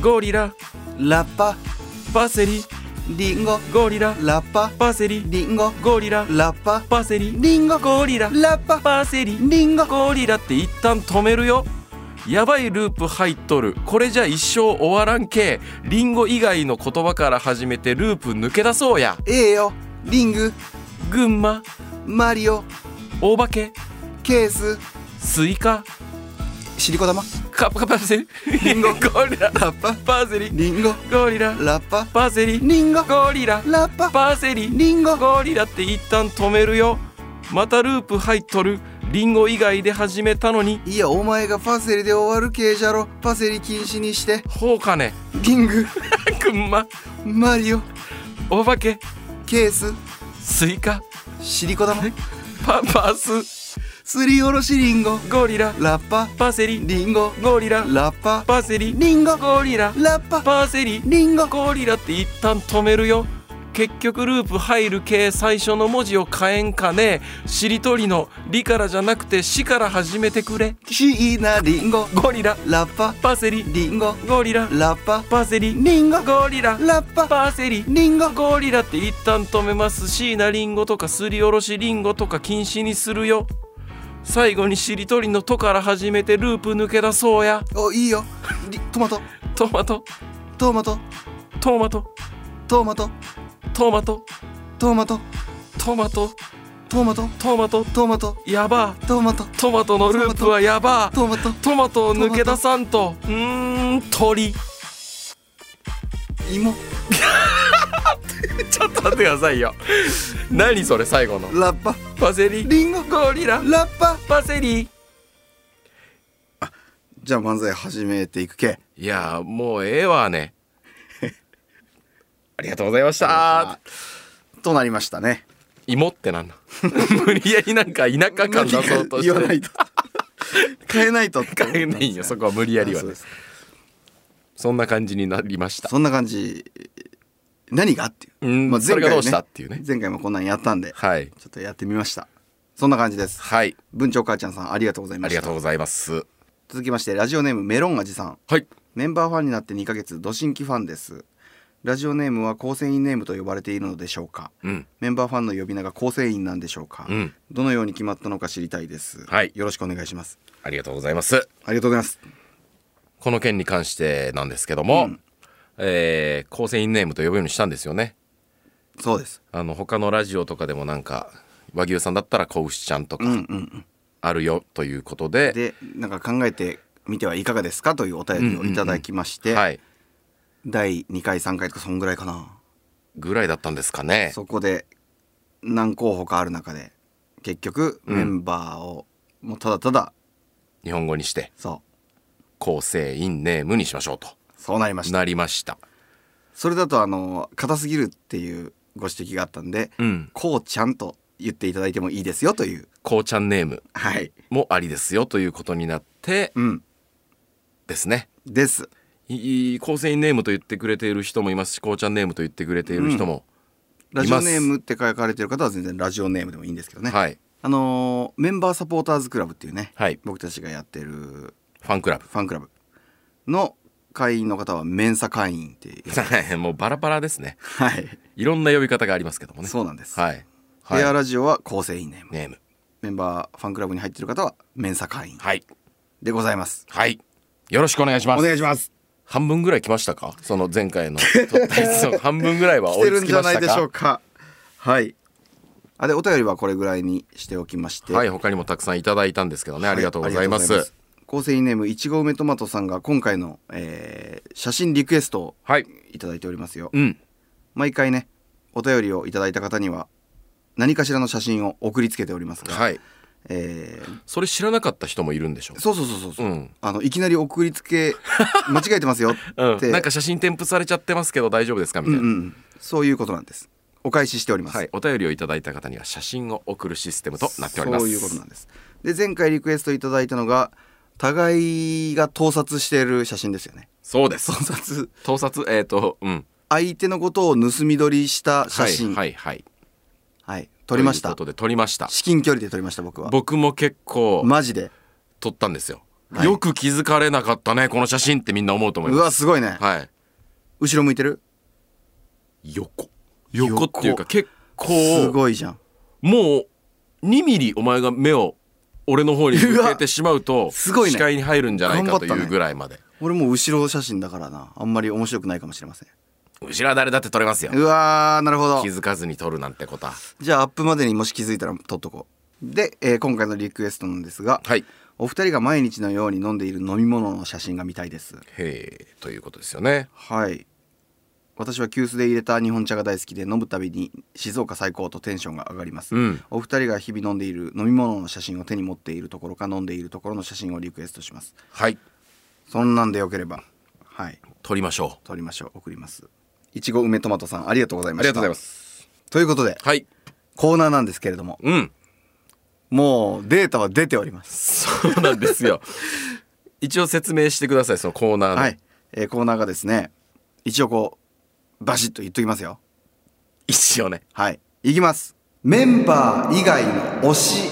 S1: ゴリラ
S2: ラッパ
S1: パセリ
S2: リンゴ
S1: ゴリラ
S2: ラッパ
S1: パセリ
S2: リンゴ
S1: ゴリラ
S2: ラッパ
S1: パセリ
S2: リンゴ
S1: ゴリラ
S2: ラッパ
S1: パセリ
S2: リンゴ
S1: ゴリラって一旦止めるよやばいループ入っとるこれじゃ一生終わらんけリンゴ以外の言葉から始めてループ抜け出そうや
S2: ええよリング
S1: 群馬
S2: マリオ
S1: お化け
S2: ケース
S1: スイカ
S2: シリコ玉
S1: カパパセリ
S2: リンゴ
S1: ゴリラ
S2: ラッパ
S1: パセリ
S2: リンゴ
S1: ゴリラ
S2: ラッパ
S1: パセリ
S2: リンゴ
S1: ゴリラ
S2: ラッパ
S1: パセリ
S2: リンゴ
S1: ゴリラって一旦止めるよまたループ入っとるリンゴ以外で始めたのに
S2: いやお前がパセリで終わる系じゃろパセリ禁止にして
S1: ほうかね (laughs)
S2: リング
S1: 群馬
S2: マリオ
S1: お化け
S2: ケース
S1: スイカ
S2: シリコ玉
S1: パパス
S2: すりおろしリンゴ
S1: ゴリラ
S2: ラッパ
S1: パセリ
S2: リンゴ
S1: ゴリラ
S2: ラッパ
S1: パセリ
S2: リンゴ
S1: ゴリラ
S2: ラッパ
S1: パセリ
S2: リンゴ
S1: ゴリラって一旦止めるよ結局ループ入る系最初の文字を変えんかねしりとりの「り」からじゃなくて「し」から始めてくれ
S2: シーナリンゴ
S1: ゴリラ
S2: ラッパ
S1: パセリ
S2: リンゴ
S1: ゴリラ
S2: ラッパ
S1: パセリ
S2: リンゴ
S1: ゴリラ
S2: ラッパ
S1: パセリ
S2: リンゴ
S1: ゴリラって一旦止めます椎名林檎とかすりおろしリンゴとか禁止にするよ最後にしりとりの「と」から始めてループ抜け出そうや
S2: おいいよリトマト
S1: トマト
S2: トマト
S1: トマト
S2: トマト
S1: トマト
S2: トマト
S1: トマト
S2: トマト
S1: トマト
S2: トマト
S1: やば
S2: トマト
S1: トマトのループはやば
S2: トマト
S1: トマトを抜け出さんとうーん鳥
S2: 芋
S1: ちょっと待ってくださいよ何それ最後の
S2: ラッパ
S1: パセリリンゴゴリラ
S2: ラッパ
S1: パセリ
S2: じゃあ漫才始めていくけ
S1: いやもうええわね (laughs) ありがとうございました
S2: となりましたね
S1: 芋ってなん (laughs) だ無理やりなんか田舎感出そうとして
S2: 言わ
S1: (laughs)
S2: ないと変えないとって思った
S1: 変え
S2: んです
S1: な
S2: ね
S1: いんよそこは無理やりは
S2: あそう
S1: ね
S2: です
S1: そんな感じになりました
S2: そんな感じ何がっていう、
S1: うんそれがどうしたっていうね
S2: 前回もこんなんやったんで、
S1: はい
S2: ちょっとやってみましたそんな感じです
S1: はい
S2: 文鳥母ちゃんさんありがとうござい
S1: あ
S2: ま
S1: り
S2: し
S1: が
S2: た
S1: とうございます
S2: 続きましてラジオネームメロン味さん
S1: はい
S2: メンバーファンになって2ヶ月ド新規ファンですラジオネームは構成員ネームと呼ばれているのでしょうか
S1: うん
S2: メンバーファンの呼び名が構成員なんでしょうか、
S1: うん
S2: どのように決まったのか知りたいです、
S1: はい
S2: よろしくお願いします
S1: ありがとうございます
S2: ありがとうございます
S1: この件に関してなんですけども、
S2: うん
S1: えー構成員ネームと呼ぶようにしたんですよね
S2: そうです
S1: あの他のラジオとかでもなんか和牛さんだったら子牛ちゃんと
S2: うんうん
S1: か
S2: うん
S1: あるよということで,、
S2: でなんか考えてみてはいかがですかというお便りをいただきまして、
S1: はい
S2: 第2回3回とかそんぐらいかな
S1: ぐらいだったんですかね
S2: そこで何候補かある中で結局
S1: うん
S2: メンバーをもうただただ
S1: 日本語にして
S2: そう
S1: 構成員ネームにしましょうと
S2: そうなりました
S1: なりました
S2: それだとあの硬すぎるっていうご指摘があったんで
S1: うん
S2: 「こうちゃん」と言っていただいてもいいですよという
S1: こうちゃんネーム
S2: はい
S1: もありですよということになって
S2: うん
S1: ですね
S2: です
S1: いい構成員ネームと言ってくれている人もいますしこうちゃんネームと言ってくれている人も、
S2: ラジオネームって書かれてる方は全然ラジオネームでもいいんですけどね、
S1: はい
S2: あのーメンバーサポーターズクラブっていうね、
S1: はい
S2: 僕たちがやってる
S1: ファンクラブ (laughs)
S2: ファンクラブの会員の方はメンサ会員っていう
S1: もうバラバラですね
S2: はい
S1: いろんな呼び方がありますけどもね
S2: そうなんです、
S1: はい
S2: ヘア
S1: はい
S2: ラジオは構成員ネーム、
S1: ネーム
S2: メンバーファンクラブに入ってる方はメンサ会員
S1: はい
S2: でございます
S1: はいよろしくお願いしま
S2: お
S1: す
S2: 願いします
S1: 半分ぐらい来ましたかその前回
S2: (laughs)
S1: の撮ったやつの半分ぐらいは
S2: 来て
S1: 追
S2: る
S1: い
S2: ん
S1: つき
S2: じゃ
S1: ま
S2: な
S1: し
S2: い
S1: た
S2: でしょう
S1: か
S2: かはいあでお便りはこれぐらいにしておきまして
S1: はい他にもたくさんいただいたんですけどねありがとうございま
S2: はあり
S1: す
S2: がとうござい構成員ネームいちご梅トマトさんが今回の、えー写真リクエストを
S1: はい
S2: いただいておりますよ
S1: うん
S2: 毎回ねお便りをいただいた方には何かしらの写真を送りつけておりますが、
S1: はい
S2: えー
S1: それ知らなかった人もいるんでしょ
S2: そうそうそうそうそう、
S1: うん
S2: あのいきなり送り
S1: (laughs)
S2: つけ間違えてますよっ
S1: う
S2: て、
S1: ん、なんか写真添付されちゃってますけど大丈夫ですかみた
S2: うん
S1: い
S2: うん
S1: な、
S2: うんそういうことなんですお返ししております、
S1: はい、お便りをいただいた方には写真を送るシステムとなっております
S2: そういうことなんですで前回リクエストいただいたのが互いが盗撮している写真ですよね
S1: そうです
S2: 盗撮
S1: 盗撮えっ、とうん
S2: 相手のことを盗み撮りした写真
S1: は
S2: はい、
S1: いはい、はい、
S2: 撮りまし
S1: という
S2: た
S1: ことで撮りました
S2: 至近距離で撮りました僕は
S1: 僕も結構
S2: マジで
S1: 撮ったんですよ、
S2: はい
S1: よく気づかれなかったねこの写真ってみんな思うと思いうま
S2: わ
S1: す
S2: すごいね、
S1: はい
S2: 後ろ向いてる
S1: 横横っていうか結
S2: す
S1: 構
S2: ごいじゃん
S1: もう2ミリお前が目を俺の方に向けてしまうと
S2: わすごいね
S1: 視界に入るんじゃないかとい
S2: 頑張った
S1: う
S2: ね
S1: ぐらいまで、
S2: 俺もう後ろ写真だからなあんまり面白くないかもしれません
S1: 後ろは誰だって撮れますよ
S2: うわーなるほど
S1: 気づかずに撮るなんてことは
S2: じゃあアップまでにもし気づいたら撮っとこうで、えー今回のリクエストなんですが、
S1: はいへ
S2: お二人が毎日のように飲んでいる飲み物の写真が見たいです
S1: えということですよね
S2: はい私は急須で入れた日本茶が大好きで飲むたびに静岡最高とテンションが上がります、
S1: うん
S2: お二人が日々飲んでいる飲み物の写真を手に持っているところか飲んでいるところの写真をリクエストします
S1: はい
S2: そんなんでよければはい
S1: 撮りましょ
S2: 撮りましょう送りますいちご梅トマトさんありがとうございうました
S1: す
S2: ということで
S1: はい
S2: コーナーなんですけれども
S1: うん
S2: もうデータは出ております
S1: そうなんです
S2: (laughs)
S1: よ一応説明してくださいそのコーナーの、
S2: はい、えーコーナーがですね一応こうバシッと言っときますよ
S1: 一応ね
S2: はいいきますメンバー以外の推し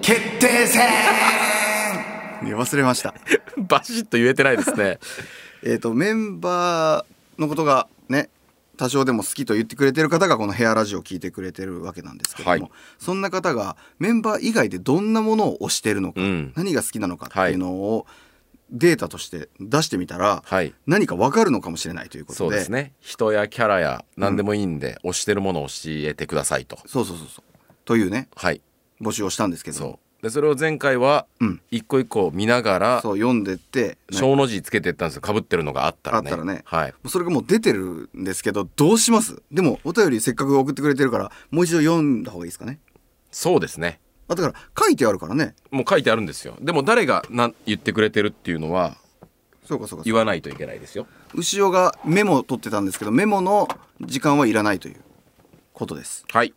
S2: 決定戦いや忘れました
S1: (laughs) バシッと言えてないですね
S2: えっとメンバーのことがね多少でも好きと言ってくれてる方がこのヘアラジオを聞いてくれてるわけなんですけども、
S1: はい
S2: そんな方がメンバー以外でどんなものを推してるのか、
S1: うん
S2: 何が好きなのかっていうのをデータとして出してみたら、
S1: はい
S2: 何か分かるのかもしれないということで
S1: そうですね人やキャラや何でもいいんで、推してるものを教えてくださいと
S2: そうそうそうそうというね
S1: はい
S2: 募集をしたんですけど
S1: そでそれを前回は
S2: うん
S1: 一個一個見ながら
S2: そう読んでって、ね
S1: 小の字つけてったんですよかぶってるのがあったらね
S2: あったらね
S1: はい
S2: それがもう出てるんですけどどうしますでもお便りせっかく送ってくれてるからもう一度読んだ方がいいですかね
S1: そうですね
S2: あだから書いてあるからね
S1: もう書いてあるんですよでも誰がなん言ってくれてるっていうのは
S2: そうかそうか
S1: 言わないといけないですよ
S2: 後ろがメモを取ってたんですけどメモの時間はいらないということです
S1: はい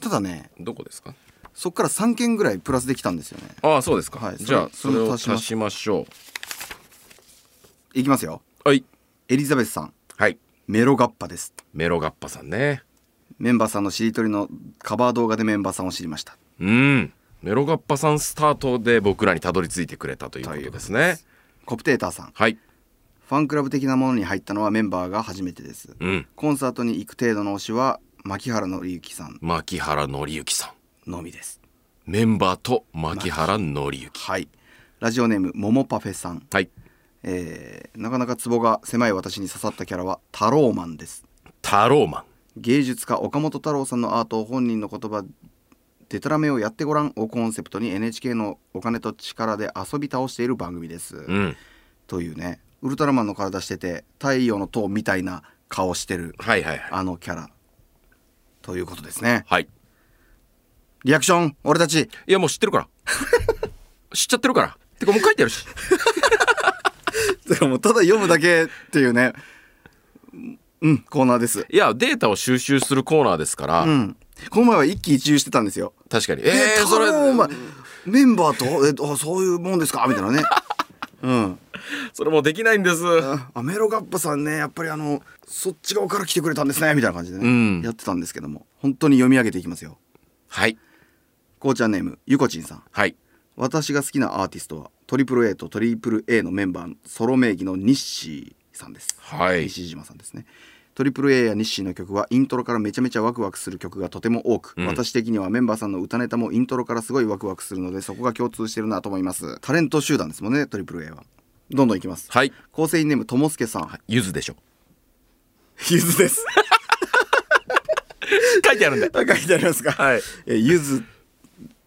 S2: ただね
S1: どこですか
S2: そっから3件ぐらいプラスできたんですよね
S1: ああそうですか、
S2: はい
S1: じゃあ
S2: そ
S1: そ
S2: れ
S1: れを
S2: それを足
S1: 足
S2: し
S1: しましょ
S2: いきますよ
S1: うはい
S2: エリザベスさん
S1: はい
S2: メロガッパです
S1: メロガッパさんね
S2: メンバーさんのしりとりのカバー動画でメンバーさんを知りました
S1: うんメロガッパさんスタートで僕らにたどり着いてくれたということですね
S2: コプテーターさん
S1: はい
S2: ファンクラブ的なものに入ったのはメンバーが初めてです
S1: うん
S2: コンサートに行く程度の推しは牧原紀之さん
S1: 牧原紀之さん
S2: のみです
S1: メンバーと牧原紀之
S2: はいラジオネームももパフェさん、
S1: はい
S2: えーなかなかツボが狭い私に刺さったキャラはタローマンです
S1: タローマン
S2: 芸術家岡本太郎さんのアートを本人の言葉デタラメをやってごらんをコンセプトに NHK のお金と力で遊び倒している番組です、
S1: うん
S2: というねウルトラマンの体してて太陽の塔みたいな顔してる
S1: はいはいはい
S2: あのキャラということですね
S1: はい
S2: リアクション俺たち
S1: いやもう知ってるから (laughs) 知っちゃってるからてかもう書いてあるし
S2: だからもうただ読むだけっていうねうんコーナーです
S1: いやデータを収集するコーナーですから、
S2: うんこの前は一喜一憂してたんですよ
S1: 確かに
S2: え
S1: えー、
S2: そ
S1: そ
S2: れお前
S1: れ
S2: メンバーとえあそういうもんですかみたいなねうん
S1: それもうできないんです
S2: ああメロガッパさんねやっぱりあのそっち側から来てくれたんですねみたいな感じでね、
S1: うん
S2: やってたんですけども本当に読み上げていきますよ
S1: はい
S2: こうちゃんネームゆこちんさん
S1: はい
S2: 私が好きなアーティストはトリプル A とトリプル A のメンバーソロ名義の日誌さんです、
S1: はい
S2: 西島さんですねトリプル A や日誌の曲はイントロからめちゃめちゃワクワクする曲がとても多く、
S1: うん
S2: 私的にはメンバーさんの歌ネタもイントロからすごいワクワクするのでそこが共通してるなと思いますタレント集団ですもんねトリプル A はどんどんいきます、
S1: はい
S2: 構成員ネームともすけさん、
S1: ゆずでしょ
S2: ゆずです
S1: 書いてあるんだ
S2: (laughs) 書いてありますか
S1: はい
S2: えゆず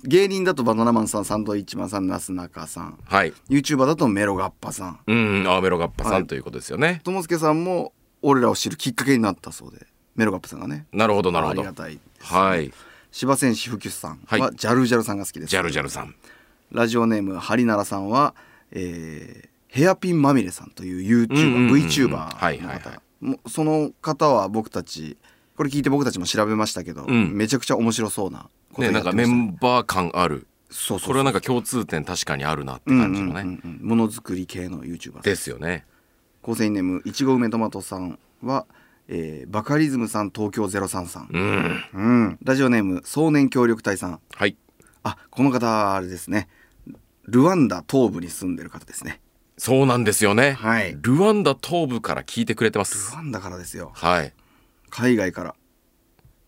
S2: 芸人だとバナナマンさんサンドイッチマンさんなすなかさん
S1: はい
S2: YouTuber だとメロガッパさん
S1: うんアーメロガッパさ
S2: は
S1: ん
S2: い
S1: ということですよね、
S2: ともすけさんも俺らを知るきっかけになったそうでメロガップさんがね
S1: なるほどなるほ
S2: あ
S1: ど
S2: りがたい
S1: はい
S2: 芝戦士福吉さん
S1: は
S2: はいジャルジャルさんが好きです、
S1: ジャルジャルさん
S2: ラジオネームハリナラさんは、えーヘアピンまみれさんとい
S1: う
S2: う
S1: んうんうん
S2: YouTuberVTuber の方、
S1: はいはいは
S2: もうその方は僕たちこれ聞いて僕たちも調べましたけど、
S1: ん
S2: めちゃくちゃ面白そうなこと
S1: ね
S2: や
S1: なん
S2: ってま
S1: か
S2: した
S1: メンバー感ある
S2: そうそう
S1: これはなんか共通点確かにあるなって感じのね、
S2: うんうんうんうんものづくり系の YouTuber
S1: ですよね
S2: 構成員ネームいちご梅トマトさんは、えーバカリズムさん東京03さん
S1: うん
S2: うん、ラジオネーム少年協力隊さん
S1: はい
S2: あこの方あれですねルワンダ東部に住んでる方ですね
S1: そうなんですよね、
S2: はいル
S1: ルワンダ東部から聞いてくれてます
S2: ワンダからですよ
S1: はい
S2: 海外から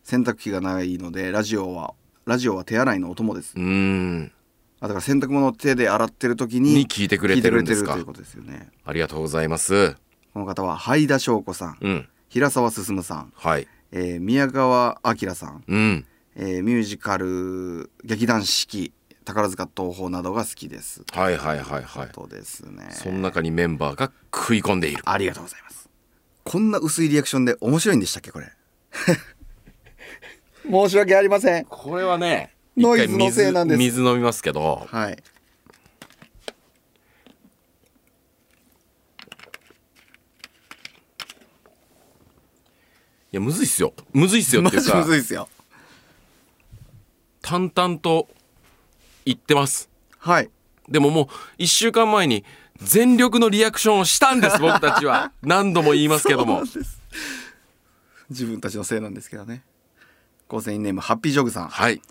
S2: 洗濯機がないのでラジオはラジオは手洗いのお供です、
S1: うん
S2: あだから洗濯物を手で洗ってる時に
S1: に聞いてくれてるんですか
S2: 聞いてくれてるということですよね
S1: ありがとうございます
S2: この方は灰田翔子さん、
S1: うん
S2: 平沢進さん、
S1: はい
S2: えー宮川明さん、
S1: うん
S2: えーミュージカル劇団四季宝塚東宝などが好きです
S1: はいはいはいはい
S2: ということですね
S1: その中にメンバーが食い込んでいる
S2: ありがとうございます。こんな薄いリアクションで面白いんでしたっけこれ。 (laughs) 申し訳ありません。
S1: これはね
S2: ノイズのせいなんで
S1: 一回
S2: す
S1: 水水飲みますけど
S2: はい。
S1: いやむずいっすよむずいっすよ
S2: マ
S1: っていう
S2: ジ
S1: か
S2: (laughs) むずいですよ。
S1: 淡々と言ってます
S2: はい。
S1: でももう1週間前に全力のリアクションをしたんです僕たち
S2: (laughs)
S1: は何度も言いますけども
S2: そうなんです自分たちのせいなんですけどね。構成員ネームハッピージョグさん。
S1: はい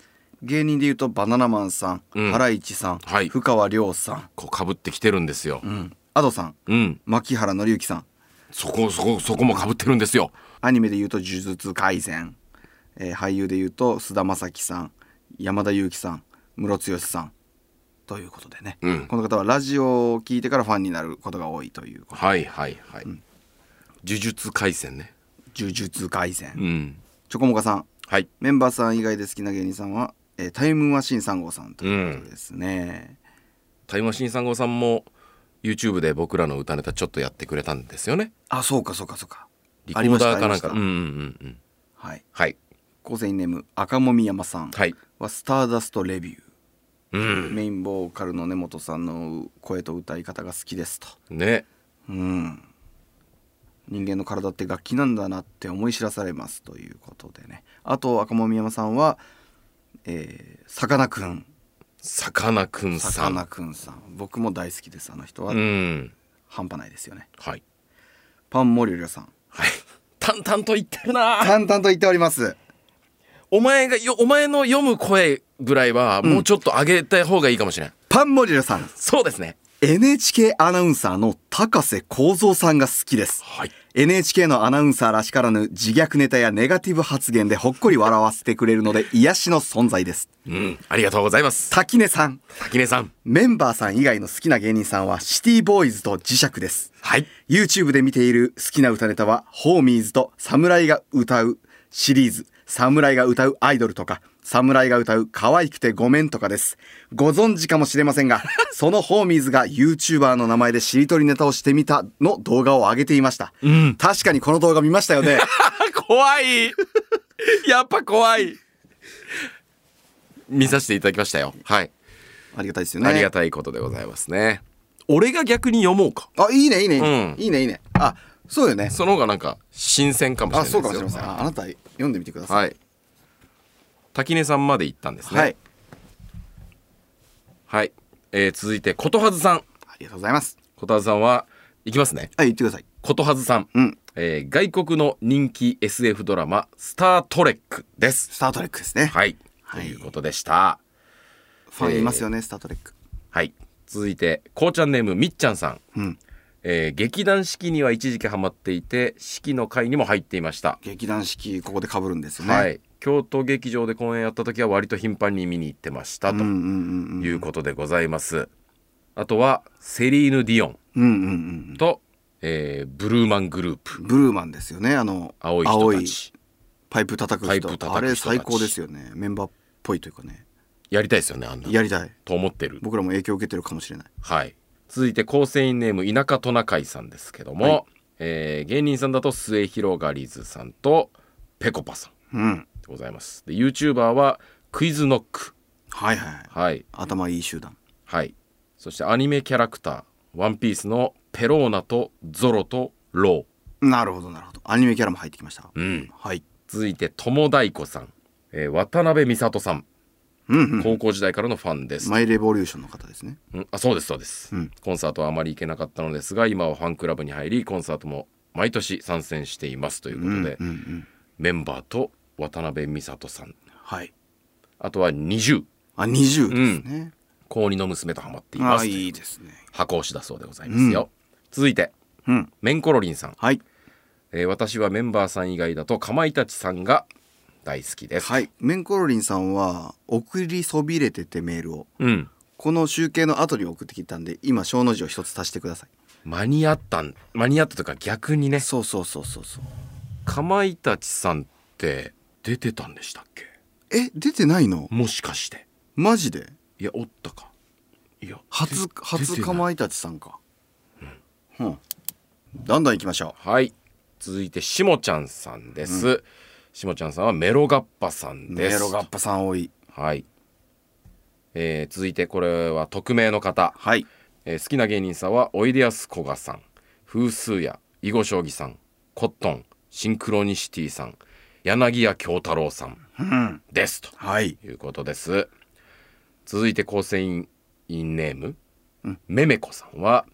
S2: 芸人で言うとバナナマンさん、
S1: うん
S2: ハライチさん、
S1: はい
S2: 深川亮さ
S1: こうかぶってきてるんですよ
S2: ん、うん、アドさん、
S1: うん
S2: 牧原紀之さん。
S1: そこそこそこもかぶってるんですよ
S2: アニメで言うと呪術廻戦、えー俳優で言うと菅田将暉さん山田裕貴さんムロツヨシさんということでね、
S1: うん
S2: この方はラジオを聞いてからファンになることが多いということ
S1: はいはいはい、呪術廻戦ね
S2: 呪術廻戦、
S1: うん
S2: チョコモカさん
S1: はい
S2: メンバーさん以外で好きな芸人さんはえータイムマシーン3号さんということですね、
S1: タイムマシーン3号さんも YouTube で僕らの歌ネタちょっとやってくれたんですよね
S2: あそうかそうかそうか
S1: リコーダーかなんか
S2: あ
S1: う
S2: り
S1: んうん
S2: まし
S1: うんうん
S2: たはい
S1: はい
S2: 構成員ネーム赤もみ山さん
S1: はい
S2: はスターダストレビュー、
S1: うん
S2: メインボーカルの根本さんの声と歌い方が好きですと
S1: ね
S2: うん人間の体って楽器なんだなって思い知らされますということでねあと赤間山さんはえーさかなクン
S1: さかなクン
S2: さ
S1: さ
S2: か
S1: ん
S2: なクンさん僕も大好きですあの人は、
S1: うん
S2: 半端ないですよね
S1: はい
S2: パンモリュリョさん
S1: はい (laughs) 淡々と言ってるな
S2: 淡々と言っております
S1: お前がよお前の読む声ぐらいはもうちょっと上げた方がいいかもしれない、
S2: パンモリュリョさん
S1: そうですね
S2: NHK アナウンサーの高瀬光三さんが好きです
S1: はい
S2: NHK のアナウンサーらしからぬ自虐ネタやネガティブ発言でほっこり笑わせてくれるので癒しの存在です
S1: うんありがとうございます
S2: 滝根さん
S1: 滝根さん
S2: メンバーさん以外の好きな芸人さんはシティボーイズと磁石です
S1: はい
S2: YouTube で見ている好きな歌ネタはホーミーズと侍が歌うシリーズ侍が歌うアイドルとか侍が歌う可愛くてごめんとかですご存知かもしれ
S1: (laughs)
S2: ませんがそのホーミーズが YouTuber の名前でしりとりネタをしてみたの動画を上げていました、
S1: ん
S2: 確かにこの動画見ましたよ
S1: (laughs)
S2: ね
S1: 怖いやっぱ怖い見させていただきましたよはい、
S2: ありがたいですよね
S1: ありがたいことでございますね俺が逆に読もうか
S2: あいいねいいねいいね、
S1: うん
S2: いいねいいねあそうよね
S1: その方がなんか新鮮かもしれ
S2: あ
S1: ないです
S2: そ
S1: よ
S2: うかもしれませんああなた読んでみてください
S1: はい滝根さんまで行ったんですね
S2: はい、
S1: はいえー続いてことはずさん
S2: ありがとうございます
S1: ことはずさんは行きますね
S2: はい言ってください
S1: ことはずさん、
S2: うん
S1: えー外国の人気 SF ドラマ「スター・トレック」です。
S2: スタートレックですね、
S1: はい、
S2: はい
S1: ということでした。
S2: ファンいますよね、スタートレック
S1: はい、続いてこうちゃんネームみっちゃんさん、
S2: うん
S1: えー劇団四季には一時期ハマっていて四季の会にも入っていました、
S2: 劇団四季ここで被るんですよね、
S1: はい、京都劇場で公演やった時は割と頻繁に見に行ってました
S2: うん
S1: と
S2: うんうんうん
S1: いうことでございます、あとはセリーヌ・ディオン
S2: うんうんうん
S1: と、えーブルーマングループ
S2: ブルーマンですよねあの
S1: 青い人たち
S2: パイプ叩く人
S1: パイプ叩く人たち
S2: あれ最高ですよねメンバーっぽいというかね
S1: やりたいですよねあんなの
S2: やりたい
S1: と思ってる
S2: 僕らも影響を受けてるかもしれない
S1: はい、続いて構成員ネーム田舎トナカイさんですけども、
S2: はい
S1: えー芸人さんだと末広がりずさんとぺこぱさん
S2: うん
S1: でございますで YouTuber はクイズノック
S2: はいはい
S1: はい
S2: 頭いい集団
S1: はいそしてアニメキャラクター「ワンピースのペローナとゾロとロ
S2: なるほどなるほどアニメキャラも入ってきました、
S1: ー、うん、
S2: はい
S1: 続いて友太鼓さん、えー渡辺美里さん
S2: うんうん
S1: 高校時代からのファンです、
S2: マイレボリューションの方ですね
S1: うんあそうですそうです、
S2: うん
S1: コンサートはあまり行けなかったのですが今はファンクラブに入りコンサートも毎年参戦していますということで、
S2: うんうんうん
S1: メンバーと渡辺美里さん
S2: はい
S1: あとは20
S2: あ20ですね、
S1: 高2の娘とハマってい
S2: あ
S1: ます
S2: ーいいですね
S1: 箱推しだそうでございますよ、続いて
S2: うん
S1: メンコロリンさん、
S2: はい
S1: えー私はメンバーさん以外だとかまいたちさんが大好きです
S2: はいメンコロリンさんは送りそびれててメールを
S1: うん
S2: この集計の後に送ってきたんで今小の字を一つ足してください
S1: 間に合ったん間に合ったというか逆にね
S2: そうそうそうそうそう
S1: かまいたちさんって出てたんでしたっけ
S2: え出てないの
S1: もしかして
S2: マジで
S1: いやおったかいやで
S2: 初
S1: 出
S2: 初
S1: てない
S2: かまいたちさんかうんどんどん行きましょ
S1: はい続いてしもちゃんさんです、しもちゃんさんはメロガッパさ
S2: うん
S1: で
S2: メ
S1: す
S2: ロガッパさん多い
S1: はい、えー続いてこれは匿名の方、
S2: はい
S1: えー好きな芸人さんはおいでやすこがさん風数や囲碁将棋さんコットンシンクロニシティさん柳家京太郎さん
S2: うん
S1: ですと
S2: はい
S1: いうことです続いて構成員員ネーム、めめこさんは、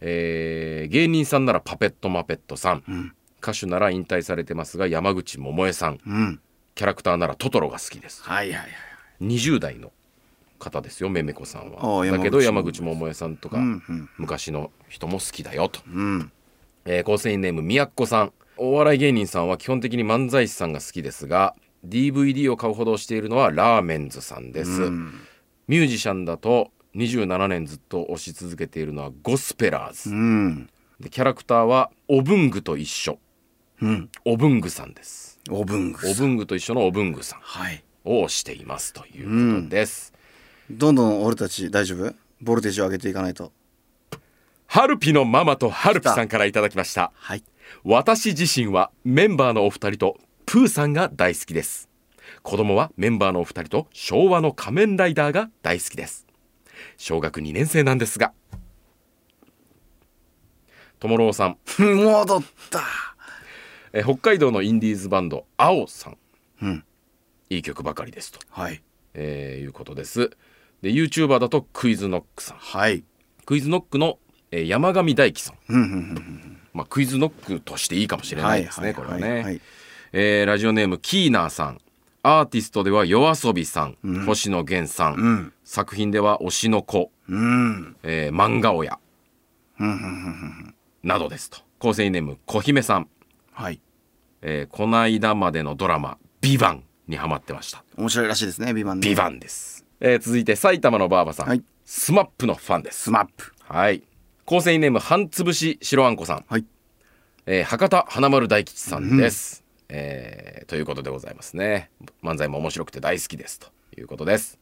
S1: えー芸人さんならパペットマペットさん、歌手なら引退されてますが山口百恵さん
S2: うん
S1: キャラクターならトトロが好きです
S2: はいはいはい
S1: 20代の方ですよめめこさん
S2: あ
S1: は
S2: あ
S1: だけど
S2: 山
S1: 山
S2: 口
S1: 口百恵さんとか、
S2: うんうん
S1: 昔の人も好きだよと、
S2: うん
S1: えー構成員ネームみやっこさんお笑い芸人さんは基本的に漫才師さんが好きですが DVD を買うほどしているのはラーメンズさんです、
S2: うん
S1: ミュージシャンだと27年ずっと推し続けているのはゴスペラーズ、
S2: うん
S1: でキャラクターはオブングと一緒
S2: うん
S1: オブングさんです
S2: おぶんぐ
S1: オブングと一緒のオブングさん
S2: はい
S1: をしていますということです。
S2: どんどん俺たち大丈夫ボルテージを上げていかないと
S1: ハルピのママとハルピさんからいただきました。
S2: はい
S1: 私自身はメンバーのお二人とプーさんが大好きです子供はメンバーのお二人と昭和の仮面ライダーが大好きです小学2年生なんですがともろうさん
S2: 戻った
S1: えー北海道のインディーズバンド青さん
S2: うん
S1: いい曲ばかりですと、
S2: はい
S1: えーいうことですで YouTuber だとクイズノックさん
S2: はい
S1: クイズノックの、えー山上大輝さん、
S2: うんうんうん
S1: まあ、クイズノックとしていいかもし
S2: う
S1: れ
S2: ん
S1: ないですね、これはね、
S2: はい
S1: えーラジオネームキーナーさんアーティストでは夜遊びさん、
S2: うん
S1: 星野源さん、
S2: うん
S1: 作品では推しの子、
S2: うんうん
S1: えー漫画親
S2: うんうんうん
S1: などですと構成員ネーム小姫さん、
S2: はい
S1: えー、こないだまでのドラマ「ビバンにハマってました
S2: 面白いらしいですねビバ
S1: 「
S2: ンね
S1: ビバンです、えー続いて埼玉のばあばさん、
S2: はい
S1: スマップのファンです
S2: スマップ
S1: はい構成員ネーム半つぶし白あんこさん、
S2: はい
S1: えー博多華丸大吉さんです、えーということでございますね漫才も面白くて大好きですということです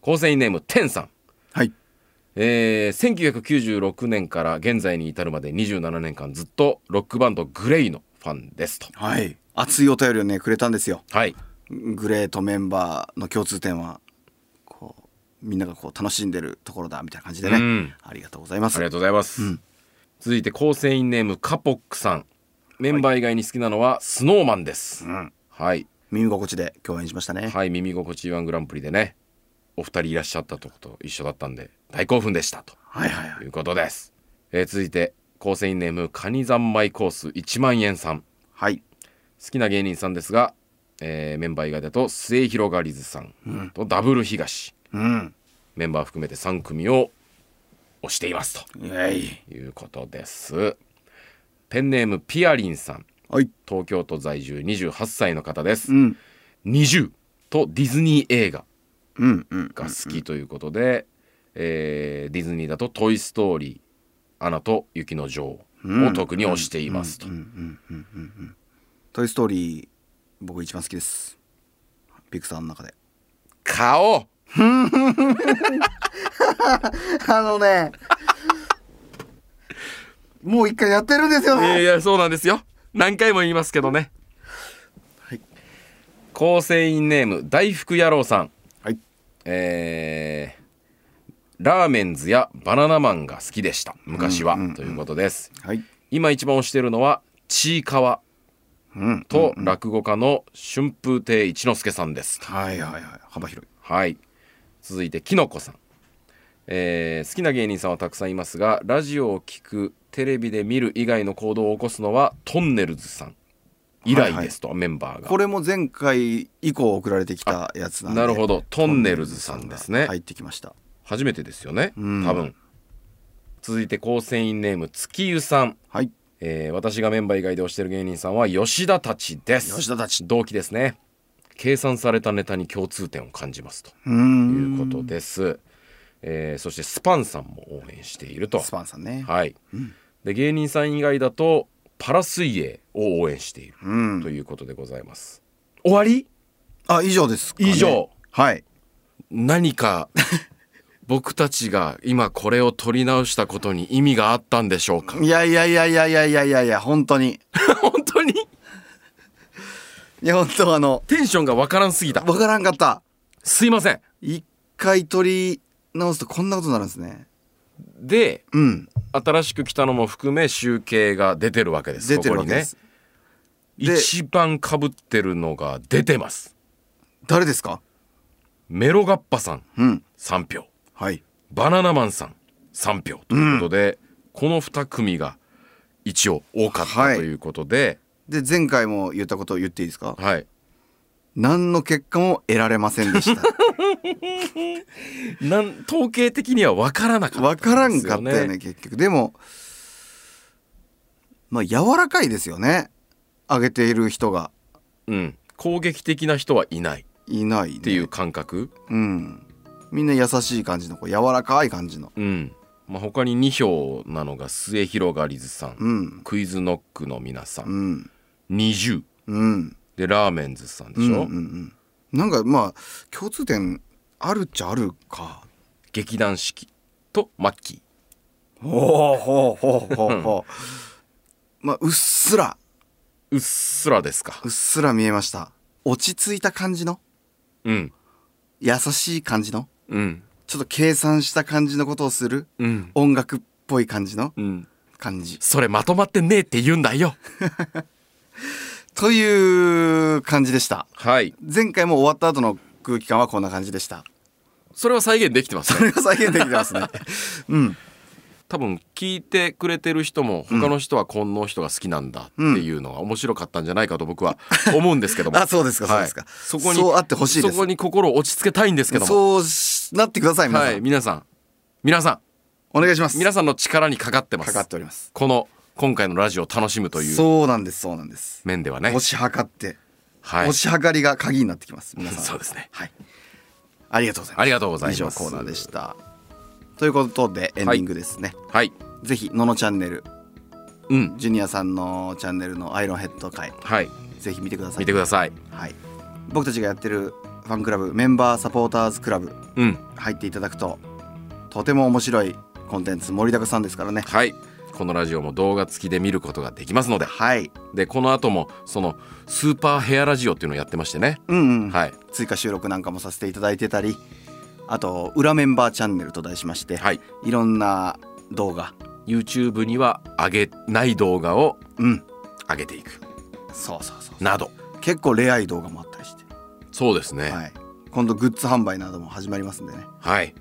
S1: 構成員ネーム天さん、
S2: はい
S1: えー1996年から現在に至るまで27年間ずっとロックバンドグレイのファンですと
S2: はい熱いお便りをねくれたんですよ
S1: はい
S2: グレートメンバーの共通点はこうみんながこう楽しんでるところだみたいな感じでね、
S1: うん
S2: ありがとうございま
S1: あ
S2: す
S1: りがとうございます、続いて構成員ネームカポックさんメンバー以外に好きなのはスノーマンです、
S2: うん
S1: はい
S2: 耳心地で共演しましたね、
S1: はい、耳心地いいワングランプリでね、お二人いらっしゃったとこと一緒だったんで、大興奮でしたと
S2: はい、はいはい
S1: いうことです。えー続いて、構成員ネーム、カニ三昧コース1万円さん。
S2: はい
S1: 好きな芸人さんですが、えーメンバー以外だと、末広がりずさんとダブル東、
S2: うん
S1: メンバー含めて3組を推しています
S2: イエイ
S1: ということです。ペンネーム、ピアリンさん。
S2: はい
S1: 東京都在住28歳の方です
S2: う。ん
S1: 20とディズニー映画。
S2: うんうん
S1: が好きということで、えーディズニーだと「トイ・ストーリー」「アナと雪の女王」を特に推していますと、
S2: うんうんうんうんうんトイストーリー僕一番好きですピクサーの中で
S1: 顔
S2: あのねもう一回やってるんですよ
S1: いやいやそうなんですよ何回も言いますけどね、
S2: はい
S1: 構成員ネーム大福野郎さん
S2: はい
S1: えーラーメンズやバナナマンが好きでした昔は、
S2: うんうんうん
S1: ということです
S2: はい
S1: 今一番推しているのはちいかわ
S2: うん
S1: と落語家の春風亭一之輔さんです
S2: はいはいはい幅広い
S1: はい続いてきのこさん、えー好きな芸人さんはたくさんいますがラジオを聞くテレビで見る以外の行動を起こすのはトンネルズさん以来ですと、メンバーが
S2: これも前回以降送られてきたやつなんで
S1: なるほどトンネルズさんですね、
S2: 入ってきました
S1: 初めてですよね多
S2: うん
S1: 分続いて構成員ネーム月湯さん、
S2: はい
S1: えー私がメンバー以外で推してる芸人さんは吉田たちです
S2: 吉田たち
S1: 同期ですね計算されたネタに共通点を感じますと
S2: うーん
S1: いうことです、えーそしてスパンさんも応援していると
S2: スパンさんね
S1: はい、で芸人さん以外だとパラ水泳を応援している
S2: うん
S1: ということでございます、終わり
S2: あ以上ですかね
S1: 以上
S2: はい
S1: 何
S2: (laughs)
S1: か僕たちが今これを取り直したことに意味があったんでしょう
S2: (laughs)
S1: か
S2: いやいやいやいやいやいやいやいや本当に
S1: 本当に
S2: いや本当あ
S1: (laughs)
S2: の
S1: テンションがわからんすぎた
S2: わからんかった
S1: すいません
S2: 一回取り直すとこんなことになるんですね
S1: で
S2: うん
S1: 新しく来たのも含め集計が出てるわけです
S2: 出てるわけです、
S1: ここにね
S2: で
S1: 一番かぶってるのが出てます
S2: 誰ですか
S1: メロガッパさん
S2: うん
S1: 3票
S2: はい
S1: バナナマンさん3票ということで、この2組が一応多かった
S2: はい
S1: ということで、
S2: で前回も言ったことを言っていいですか
S1: はい
S2: 何の結果も得られませんでした (laughs)
S1: なん統計的には分からなかった
S2: わからんかっ
S1: ん
S2: た
S1: です
S2: よね結局でもまあ柔らかいですよね上げている人が
S1: うん、攻撃的な人はいないっ
S2: いない、ね、って
S1: いう感覚、
S2: うんみんな優しい感じのこう柔らかい感じの
S1: うんまあ、他に2票なのが末広がりずさん、
S2: うん
S1: クイズノックの皆さ、
S2: うんん
S1: 20
S2: うん
S1: でラーメンズさんでし
S2: うんう
S1: ょ、
S2: んなんかまあ共通点あるっちゃあるか
S1: 劇団四季とマッキー
S2: ほうほうほうほうほうまあうっすら
S1: うっすらですか
S2: うっすら見えました落ち着いた感じの
S1: うん
S2: 優しい感じの
S1: うん
S2: ちょっと計算した感じのことをする
S1: うん
S2: 音楽っぽい感じの
S1: うん
S2: 感じ
S1: それまとまってねえって言うんだよ
S2: という感じでした
S1: はい
S2: 前回も終わった後の空気感はこんな感じでした
S1: それは再現できてます
S2: こ
S1: ね
S2: れが再現でき
S1: (laughs)
S2: てますねうん
S1: 多分聞いてくれてる人も他の人はこの人が好きなんだっていうのが面白かったんじゃないかと僕は思うんですけども
S2: (laughs) あそうですかそう
S1: は
S2: で
S1: い
S2: すか、
S1: そこに
S2: そうあってほしいで
S1: そ
S2: す
S1: こに心を落ち着けたいんですけども
S2: そうしなってください皆さん、
S1: はい皆さん皆さ
S2: お願いします
S1: ん皆さんの力にかかってます
S2: かかっております
S1: この今回のラジオを楽しむという
S2: そうなんですそうなんです
S1: 面ではね
S2: 押し量って、
S1: はい
S2: 押し量りが鍵になってきます皆さ
S1: (laughs)
S2: ん
S1: そうですね
S2: はいありがとうございます
S1: ありがとうございます
S2: 以上コーナーでしたということでエンディングですね、
S1: はい
S2: ぜひののチャンネル
S1: うん
S2: ジュニアさんのチャンネルのアイロンヘッド会
S1: はい
S2: ぜひ見てください
S1: 見てください
S2: はい、僕たちがやってるファンクラブメンバーサポーターズクラブ
S1: うん
S2: 入っていただくととても面白いコンテンツ盛りだくさんですからね
S1: はいこのラジオも動画付きで見ることができますので
S2: はい
S1: でこの後もそのスーパーヘアラジオっていうのをやってましてね
S2: うんうん、
S1: はい
S2: 追加収録なんかもさせていただいてたりあと裏メンバーチャンネルと題しまして、
S1: はいい、
S2: ろんな動画
S1: YouTube には上げない動画を
S2: うん
S1: 上げていく
S2: そうそうそう
S1: など
S2: 結構レアい動画もあったりして、
S1: そうですね
S2: はい、今度グッズ販売なども始まりますんでね
S1: はい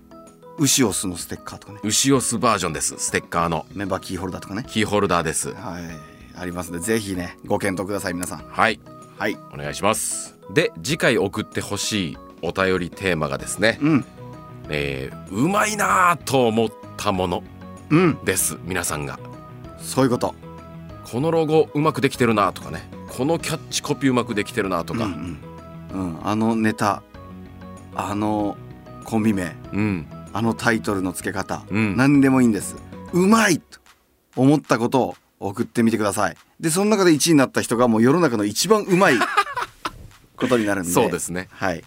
S2: ウシオスのステッカーとかね
S1: ウシオスバージョンですステッカーの
S2: メンバーキーホルダーとかね
S1: キーホルダーです
S2: はいありますんでぜひねご検討ください皆さん
S1: はい
S2: はい
S1: お願いしますで次回送ってほしいお便りテーマがですね、
S2: うん
S1: えーうまいなぁと思ったもの
S2: うん
S1: です皆さんが
S2: そういうこと
S1: このロゴうまくできてるなとかねこのキャッチコピーうまくできてるなと
S2: と
S1: か、
S2: か、うんうんうんあのネタあのコンビ名
S1: うん
S2: あのタイトルの付け方、
S1: うん
S2: 何でもいいんですうまいと思ったことを送ってみてくださいでその中で1位になった人がもう世の中の一番うまいことになるんで
S1: そうですね
S2: はい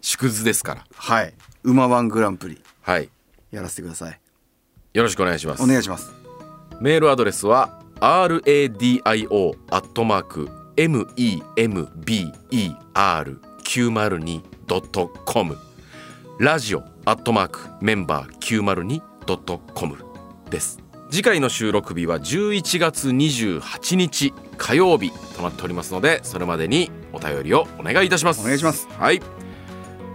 S1: 縮図ですから
S2: はい「うまワングランプリ
S1: はい」
S2: やらせてください
S1: よろしくお願いします
S2: お願いします
S1: メールアドレスは radio アットマーク member902.com ラジオアットマークメンバー 902.com です次回の収録日は11月28日火曜日となっておりますのでそれまでにお便りをお願いいたします
S2: お願いします
S1: はい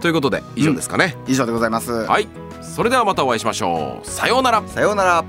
S1: ということで以上ですかね、
S2: 以上でございます、
S1: はいそれではまたお会いしましょうさようなら
S2: さようなら